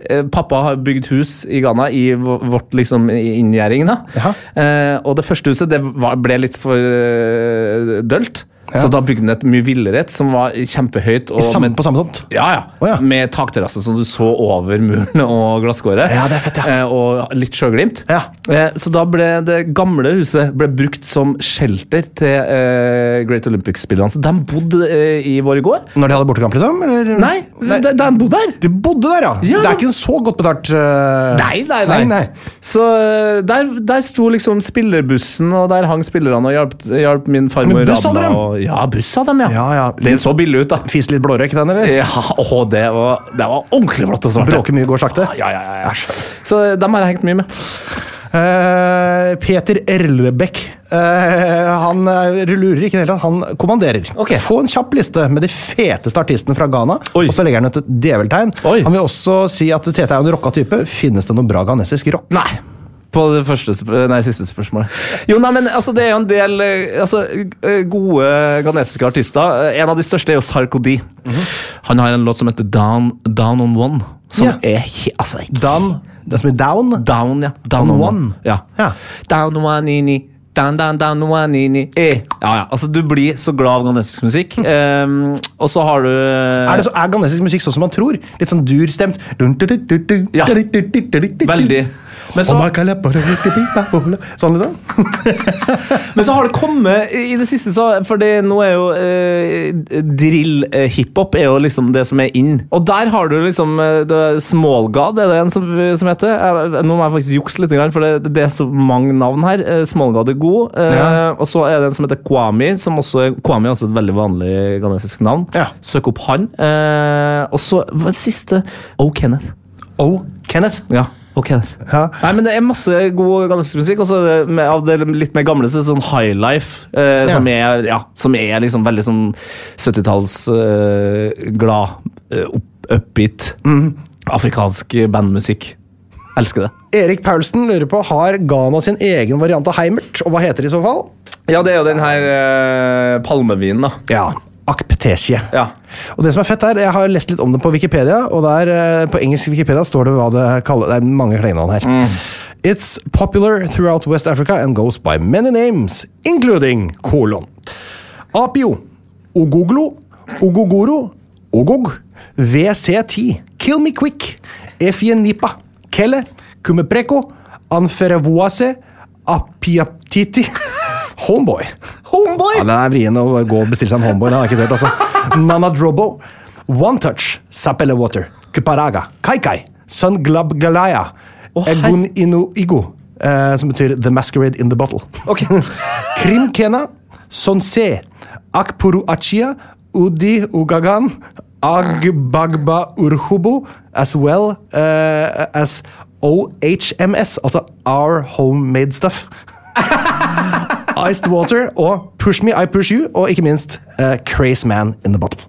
Speaker 2: eh, pappa har bygd hus i Ghana, i vå- vårt liksom i- inngjerding. da.
Speaker 1: Jaha.
Speaker 2: Eh, og det første huset det var, ble litt for eh, dølt. Så da bygde han et mye villere et, som var kjempehøyt. Og
Speaker 1: I samme,
Speaker 2: med-
Speaker 1: på samme tomt.
Speaker 2: Ja, ja.
Speaker 1: Å, ja.
Speaker 2: Med takterrasse som du så over muren og glasskåret.
Speaker 1: Ja, det er fett, ja.
Speaker 2: Eh, og litt sjøglimt.
Speaker 1: Ja.
Speaker 2: Eh, så da ble det gamle huset ble brukt som shelter til eh, Great Olympics-spillerne. Så de bodde eh, i vår gård.
Speaker 1: Når de hadde bortekamp, liksom? Eller?
Speaker 2: Nei, de, de bodde der!
Speaker 1: De bodde der, ja!
Speaker 2: Ja.
Speaker 1: Det er ikke en så godt betalt eh,
Speaker 2: Nei, nei, nei.
Speaker 1: Nei, nei.
Speaker 2: Så eh, der, der sto liksom spillerbussen, og der hang spillerne og hjalp, hjalp min farmor
Speaker 1: Men buss hadde
Speaker 2: Radna,
Speaker 1: dem.
Speaker 2: Og, ja, buss hadde dem, ja.
Speaker 1: Ja, ja.
Speaker 2: Det så billig ut, da.
Speaker 1: Fise litt blårøyk, den, eller?
Speaker 2: Ja, å, det, var, det var ordentlig flott og svart.
Speaker 1: Bråker mye, går sakte.
Speaker 2: Ja, ja, ja, ja. Så eh, dem har jeg hengt mye med.
Speaker 1: Eh, Peter Erlebekk. eh, han eh, lurer ikke i det hele tatt, han kommanderer.
Speaker 2: Ok.
Speaker 1: Få en kjapp liste med de feteste artistene fra Ghana,
Speaker 2: Oi.
Speaker 1: og så legger han et djeveltegn.
Speaker 2: Oi.
Speaker 1: Han vil også si at Tete er jo en rocka type. Finnes det noe bra ghanesisk rock?
Speaker 2: Nei. På det første sp eh, nei, siste spørsmålet. Jo, nei, men altså, Det er jo en del eh, altså, eh, gode ghanesiske artister. Eh, En av de største er jo Sarkodie. Mhm. Han har en låt som heter Down, Down on One. Som
Speaker 1: Ja.
Speaker 2: er he altså, det er he-
Speaker 1: Down, det som er down.
Speaker 2: Down, ja. Down on
Speaker 1: On
Speaker 2: One.
Speaker 1: One.
Speaker 2: Ja.
Speaker 1: Ja.
Speaker 2: Down on one ini. Down, down, down on one ini. Eh. Ja, ja. Altså, du blir så glad av ghanesisk musikk. Um, og så har du eh,
Speaker 1: Er, det så, er ghanesisk musikk sånn som man tror? Litt sånn durstemt.
Speaker 2: Ja. Veldig. Men så,
Speaker 1: Oh my God, Sånn, liksom.
Speaker 2: Men så har det kommet i det siste, så For det, nå er jo eh, drill-hiphop er jo liksom det som er in. Og der har du liksom eh, det- Smallgod, er det en som, som heter? Jeg, nå må jeg faktisk jukse litt, grann, for det, det er så mange navn her. Eh, Smallgod er god. eh,
Speaker 1: Ja.
Speaker 2: Og så er det en som heter Kwami. Som også er, Kwami er også et veldig vanlig ghanesisk navn.
Speaker 1: Ja.
Speaker 2: Søk opp han. eh, og så hva er det siste O. Kenneth.
Speaker 1: Oh, Kenneth.
Speaker 2: Ja, ok.
Speaker 1: Ja.
Speaker 2: Nei, men Det er masse god ganske musikk. Og så er det med- av det litt mer gamle så er det sånn High Life, eh, som, er, ja, som er liksom veldig sånn 70-talls eh, glad, eh, opp- upbeat, afrikansk bandmusikk. Elsker det.
Speaker 1: Erik Paulsen lurer på har Ghana sin egen variant av Heimert, og hva heter det i så fall?
Speaker 2: Ja, det er jo den her eh, palmevinen, da.
Speaker 1: Ja, Akpetesje.
Speaker 2: Ja.
Speaker 1: Og det som er fett er, Jeg har lest litt om det på Wikipedia, og der, eh, på engelsk Wikipedia står det hva det kalles. Det er mange klengenavn her.
Speaker 2: Mm.
Speaker 1: It's popular throughout West Africa and goes by many names, including kolon. Apio, Ogoglo, Ogogoro, Ogog, VC10, Kill Me Quick, Efienipa, Kelle, Kumepreko, Anferevoase, Apiatiti, Homeboy.
Speaker 2: Homeboy!
Speaker 1: Ja, det er vrien å bare gå og bestille seg en homeboy. Det har jeg ikke tørt, altså. Nana Drobo, One Touch, Sapele Water, Kuparaga, Kaikai, Sun Glab Galaya, Egun Inu Igo, eh, som betyr The Masquerade in the Bottle.
Speaker 2: Ok.
Speaker 1: Krim Kena, Sonse, Akpuru Achia, Udi Ugagan, Agbagba Urhubo, as well eh, as OHMS, altså Our Homemade Stuff. Iced Water og Push Me, I Push You, og ikke minst eh, Craze Man in the Bottle.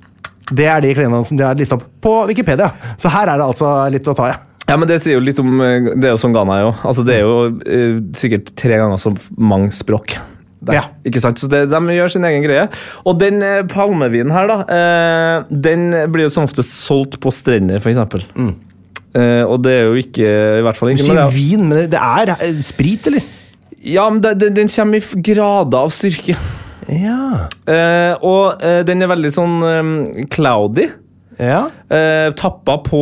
Speaker 1: Det er de klenene som de har lista opp på Wikipedia, så her er det altså litt å ta i.
Speaker 2: Ja, men Det sier jo litt om eh, Det er jo sånn Ghana er jo. Altså, det er jo eh, sikkert tre ganger så mange språk. Der,
Speaker 1: Ja.
Speaker 2: Ikke sant? Så det, De gjør sin egen greie. Og den eh, palmevinen her, da, eh, den blir jo som oftest solgt på strender, f.eks. Mm. Eh, og det er jo ikke I hvert fall
Speaker 1: Du
Speaker 2: ikke
Speaker 1: sier
Speaker 2: men det er-
Speaker 1: vin, men det er eh, sprit, eller?
Speaker 2: Ja, men det, det, Den kommer i f- grader av styrke.
Speaker 1: Ja.
Speaker 2: Eh, og eh, den er veldig sånn eh, cloudy.
Speaker 1: ja.
Speaker 2: Eh, tappa på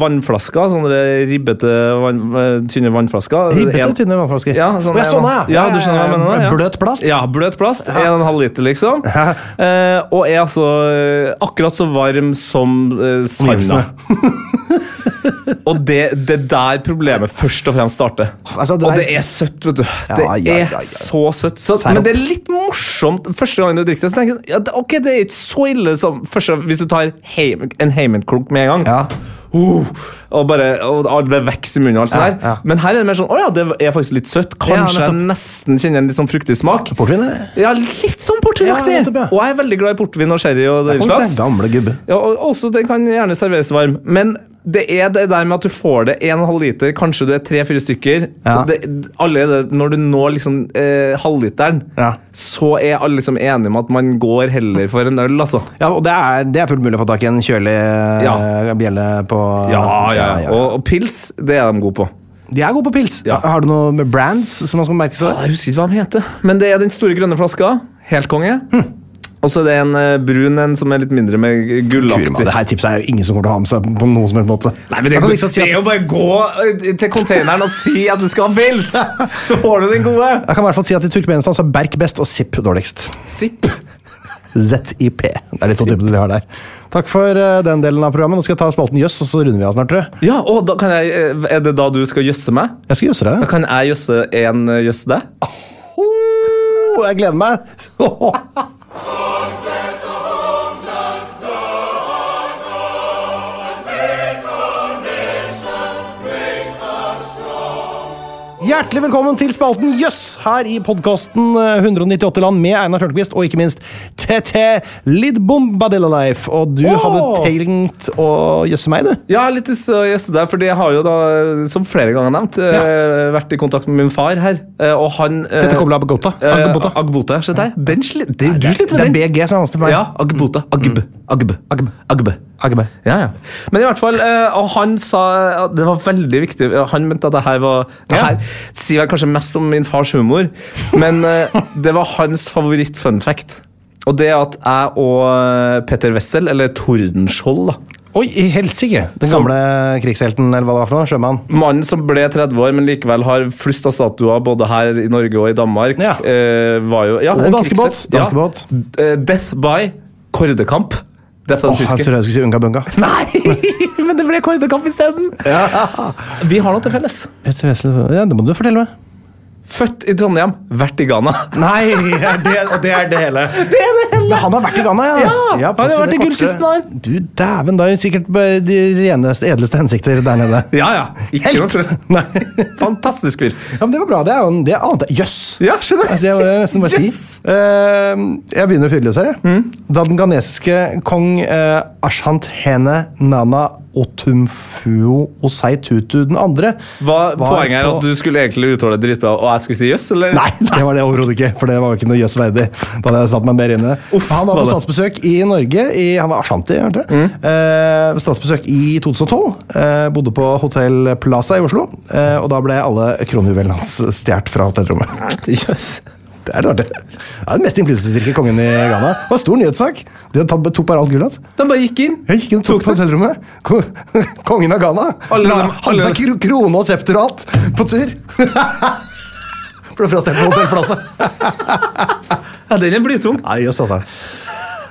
Speaker 2: vannflasker, sånne ribbete, vann, eh, tynne vannflasker. En-
Speaker 1: Ribbete, tynne vannflasker.
Speaker 2: Ja, sånn,
Speaker 1: Å, ja, sånn, ja.
Speaker 2: ja, du skjønner hva jeg mener, ja.
Speaker 1: Bløt plast.
Speaker 2: Ja, bløt plast. 1,5 liter, liksom. Eh, og er altså eh, akkurat så varm som eh, sauna. og det, det der problemet først og fremst starter.
Speaker 1: Altså, det
Speaker 2: og
Speaker 1: er-
Speaker 2: det er søtt, vet du.
Speaker 1: Ja,
Speaker 2: Det
Speaker 1: ja, ja, ja.
Speaker 2: er så søtt. Så,
Speaker 1: Serp.
Speaker 2: men det er litt morsomt første gang du drikker det. Så tenker du ja, det- ok, det er ikke så ille som første, hvis du tar heim, en Heimant-klunk med en gang.
Speaker 1: Ja.
Speaker 2: Uh, og bare, og alt det vokser i munnen. og alt sånt
Speaker 1: Ja,
Speaker 2: der.
Speaker 1: ja.
Speaker 2: Men her er det mer sånn Å ja, det er faktisk litt søtt. Kanskje jeg
Speaker 1: nettopp.
Speaker 2: nesten kjenner en litt sånn fruktig smak.
Speaker 1: Portvin, eller?
Speaker 2: Ja, litt sånn portvinaktig.
Speaker 1: Ja, nettopp, ja.
Speaker 2: Og jeg er veldig glad i portvin og sherry. og den
Speaker 1: Folk sier,
Speaker 2: slags.
Speaker 1: Gamle gubbe.
Speaker 2: Ja, og også Den kan gjerne serveres varm, men det er det der med at du får det 1,5 liter, kanskje du er tre-fire stykker
Speaker 1: Ja.
Speaker 2: og det, allerede Når du når liksom eh, halvliteren,
Speaker 1: Ja.
Speaker 2: så er alle liksom enige om at man går heller for en øl, altså.
Speaker 1: Ja, og det er, det er fullt mulig å få tak i en kjølig eh,
Speaker 2: Ja.
Speaker 1: bjelle på
Speaker 2: Ja, ja, Og, og pils, det er de gode på.
Speaker 1: De er gode på pils.
Speaker 2: Ja.
Speaker 1: Har du noe med brands som man skal merke seg?
Speaker 2: Ah, Jeg husker ikke hva de heter, men det er den store grønne flaska. Helt konge.
Speaker 1: Hm.
Speaker 2: Og så er det en eh, brun en som er litt mindre, med
Speaker 1: Kuri meg,
Speaker 2: gullaktig.
Speaker 1: det her tipset er jo ingen som kommer til å ha med seg på noen som helst måte.
Speaker 2: Nei, men det,
Speaker 1: Jeg kan liksom si
Speaker 2: det
Speaker 1: at-
Speaker 2: er jo bare å gå eh, til containeren og si at du skal ha pils! Så får du den gode.
Speaker 1: Jeg kan i hvert fall si at i Turkmenistan så er Berk best og Zipp dårligst.
Speaker 2: Zipp.
Speaker 1: ZIP. Det er litt sånn type de har der. Takk for eh, den delen av programmet. Nå skal jeg ta spalten Jøss, og så runder vi av snart, tror jeg.
Speaker 2: Ja, og da kan jeg, eh, Er det da du skal jøsse meg?
Speaker 1: Jeg skal jøsse
Speaker 2: Da
Speaker 1: deg.
Speaker 2: kan jeg jøsse en eh, jøsse deg?
Speaker 1: Oh, jeg gleder meg! Hjertelig velkommen til spalten Jøss her i eh, podkasten 198 land med Einar Tørnquist og ikke minst TT Lidbom Badillalife. Og du
Speaker 2: Åh!
Speaker 1: hadde tenkt å jøsse meg, du.
Speaker 2: Ja, jeg har litt lyst til å jøsse deg, fordi jeg har jo da, eh, som flere ganger nevnt, eh, vært i kontakt med min far her, eh, og han eh,
Speaker 1: Tete kobla Agbota.
Speaker 2: eh,
Speaker 1: Agbota.
Speaker 2: Agbota, se der. Den sli, det, du sliter
Speaker 1: det
Speaker 2: med
Speaker 1: er
Speaker 2: den.
Speaker 1: BG som er vanskelig for meg.
Speaker 2: Ja, Agbota. Agb. Agb.
Speaker 1: Agb.
Speaker 2: Agb.
Speaker 1: Agbe.
Speaker 2: Mm. Ja, ja. Men i hvert fall, eh, og han sa at det var veldig viktig eh, Han mente at det her var Det
Speaker 1: Ja.
Speaker 2: her sier vel kanskje mest om min fars humor, men eh, det var hans eh, favoritt-fun fact. Og det er at jeg og Petter Wessel, eller Tordenskjold, da
Speaker 1: Oi, i helsike! Den
Speaker 2: Som-
Speaker 1: gamle krigshelten, eller hva det var for noe? Sjømann.
Speaker 2: Mannen som ble 30 år, men likevel har flust av statuer både her i Norge og i Danmark,
Speaker 1: Ja.
Speaker 2: eh, var jo ja,
Speaker 1: Og
Speaker 2: en
Speaker 1: danskebåt,
Speaker 2: krigshelt.
Speaker 1: danskebåt.
Speaker 2: Ja. Eh, Death by Kordekamp. Drept av
Speaker 1: Åh,
Speaker 2: den
Speaker 1: jeg
Speaker 2: tyske.
Speaker 1: trodde jeg skulle si Unga Bunga.
Speaker 2: Nei! Men det ble Kordekamp isteden! Vi har noe til felles.
Speaker 1: Petter Wessel- Ja, det må du fortelle meg.
Speaker 2: Født i Trondheim, vært i Ghana.
Speaker 1: Nei, er det, og det er det hele. Det er det hele. Men han har vært i Ghana, ja.
Speaker 2: Ja,
Speaker 1: på
Speaker 2: han har
Speaker 1: sine
Speaker 2: vært i
Speaker 1: korte-
Speaker 2: gullkisten, han.
Speaker 1: Du dæven, da er det sikkert bare de reneste, edleste hensikter der nede.
Speaker 2: Ja, ja. Ikke noe stress.
Speaker 1: Nei.
Speaker 2: Fantastisk fyr.
Speaker 1: Ja, men det var bra. Det er jo en- det ante jeg. Jøss!
Speaker 2: Ja, skjønner
Speaker 1: Altså, jeg må nesten bare
Speaker 2: Yes.
Speaker 1: si. Eh, jeg begynner å fyre løs her. jeg.
Speaker 2: Mm.
Speaker 1: Da den ghanesiske kong uh, Ashant Hene Nana Otumfuo Osei Tutu den andre
Speaker 2: Hva,
Speaker 1: var
Speaker 2: poenget er
Speaker 1: på-
Speaker 2: at du skulle egentlig uttale det dritbra, og jeg skulle si jøss? eller?
Speaker 1: Nei, det var det overhodet ikke. For det var jo ikke noe jøss verdig. Da hadde jeg satt meg mer inne.
Speaker 2: Uff,
Speaker 1: han var
Speaker 2: var
Speaker 1: på
Speaker 2: det.
Speaker 1: statsbesøk i Norge. I, han var Ashanti, jeg tror jeg. Eh, statsbesøk i 2012. Eh, bodde på Hotell Plaza i Oslo. Eh, og da ble alle kronjuvelene hans stjålet fra hotellrommet.
Speaker 2: Jøss.
Speaker 1: Det er det artig. Det er den mest innflytelsesrike kongen i Ghana. Det var en stor nyhetssak. De hadde tatt, tok bare alt gullet.
Speaker 2: De bare gikk inn.
Speaker 1: Jeg gikk inn og tok på hotellrommet. Ko- Kongen av Ghana.
Speaker 2: Alle
Speaker 1: La-
Speaker 2: dem-
Speaker 1: Hadde
Speaker 2: alle-
Speaker 1: seg kro- krone og septer og alt på tur. Ble frastjålet på Hotell Plaza.
Speaker 2: Ja, den er blytung.
Speaker 1: Nei, jøss, altså.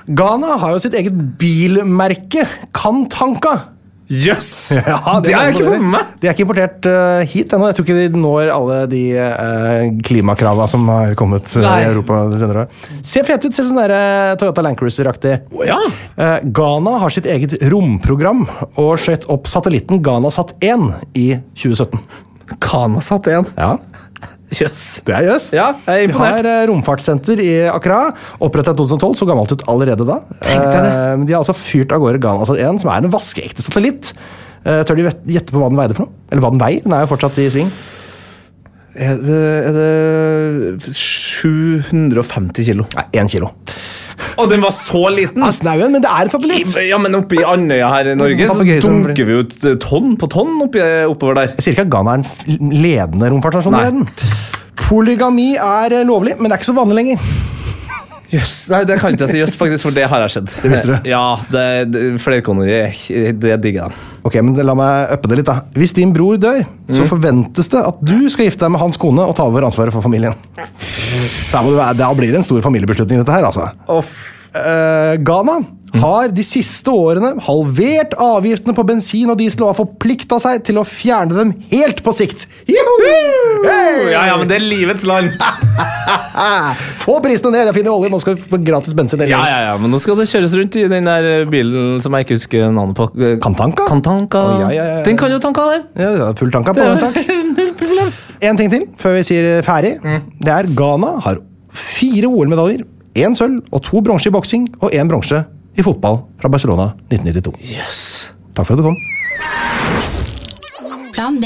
Speaker 1: Ghana har jo sitt eget bilmerke, Kantanka.
Speaker 2: Jøss! det har jeg ikke fått med meg.
Speaker 1: De er ikke importert eh, hit ennå. Jeg tror ikke de når alle de uh, klimakravene som har kommet eh,
Speaker 2: Nei.
Speaker 1: i Europa de senere år. Ser fete ut. Ser sånn der, eh, Toyota Land Cruiser-aktig.
Speaker 2: Å, ja.
Speaker 1: Eh, Ghana har sitt eget romprogram og skjøt opp satellitten Ghanasat-1 i 2017.
Speaker 2: Kana satt igjen.
Speaker 1: Ja,
Speaker 2: Jøss.
Speaker 1: det er jøss.
Speaker 2: Ja, jeg er
Speaker 1: Vi har
Speaker 2: imponert.
Speaker 1: eh, romfartssenter i Accra. Opprettet i 2012, så gammelt ut allerede da.
Speaker 2: Tenk deg det.
Speaker 1: Eh, men de har altså fyrt av gårde Ghanasat-1, som er en vaskeekte satellitt. Eh, tør de vet- gjette på hva den veide for noe? Eller hva den veier? Den er jo fortsatt i sving.
Speaker 2: Er det, er det 750 kilo?
Speaker 1: Nei, én kilo.
Speaker 2: Og den var så liten!
Speaker 1: Ja, snauen, men det er en satellitt!
Speaker 2: Altså, I- Ja, men oppe i Andøya her i Norge
Speaker 1: sånn
Speaker 2: så
Speaker 1: papegøye som-
Speaker 2: dunker vi ut eh, tonn på tonn oppi, eh, oppover der.
Speaker 1: Jeg sier ikke at Ghana er en f- ledende romfartsnasjon i
Speaker 2: Nei.
Speaker 1: verden. Polygami er eh, lovlig, men det er ikke så vanlig lenger.
Speaker 2: Jøss, Nei, det kan ikke jeg si jøss, faktisk, for det har jeg sett.
Speaker 1: Det visste du?
Speaker 2: Ja, det, det, Flerkoneri, det digger jeg.
Speaker 1: Ok, men La meg uppe det litt. da. Hvis din bror dør, så
Speaker 2: Mm.
Speaker 1: forventes det at du skal gifte deg med hans kone og ta over ansvaret for familien. Så her må du være, Da blir det en stor familiebeslutning, dette her. altså. Eh, Ghana har de siste årene halvert avgiftene på bensin og diesel og har forplikta seg til å fjerne dem helt på sikt. Juhu! Hey!
Speaker 2: Ja, ja, men det er livets land!
Speaker 1: Få prisene ned! Jeg finner olje, nå skal du få gratis bensin.
Speaker 2: Ja, ja, ja, men nå skal det kjøres rundt i den der eh, bilen som jeg ikke husker navnet på. Eh,
Speaker 1: Kantanka?
Speaker 2: Kantanka.
Speaker 1: Å, ja, ja, ja, ja.
Speaker 2: Den kan jo tanka der.
Speaker 1: Ja, det er full tanka på den, takk. En ting til før vi sier eh, ferdig. Det er Ghana har fire OL-medaljer. Én sølv og to bronse i boksing og én bronse i fotball fra Barcelona 1992. Takk for at du kom.
Speaker 3: Plan B.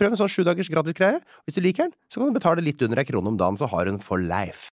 Speaker 1: Prøv en sånn sju dagers gratis greie. Hvis du liker den, så kan du betale litt under ei krone om dagen, så har du den for life.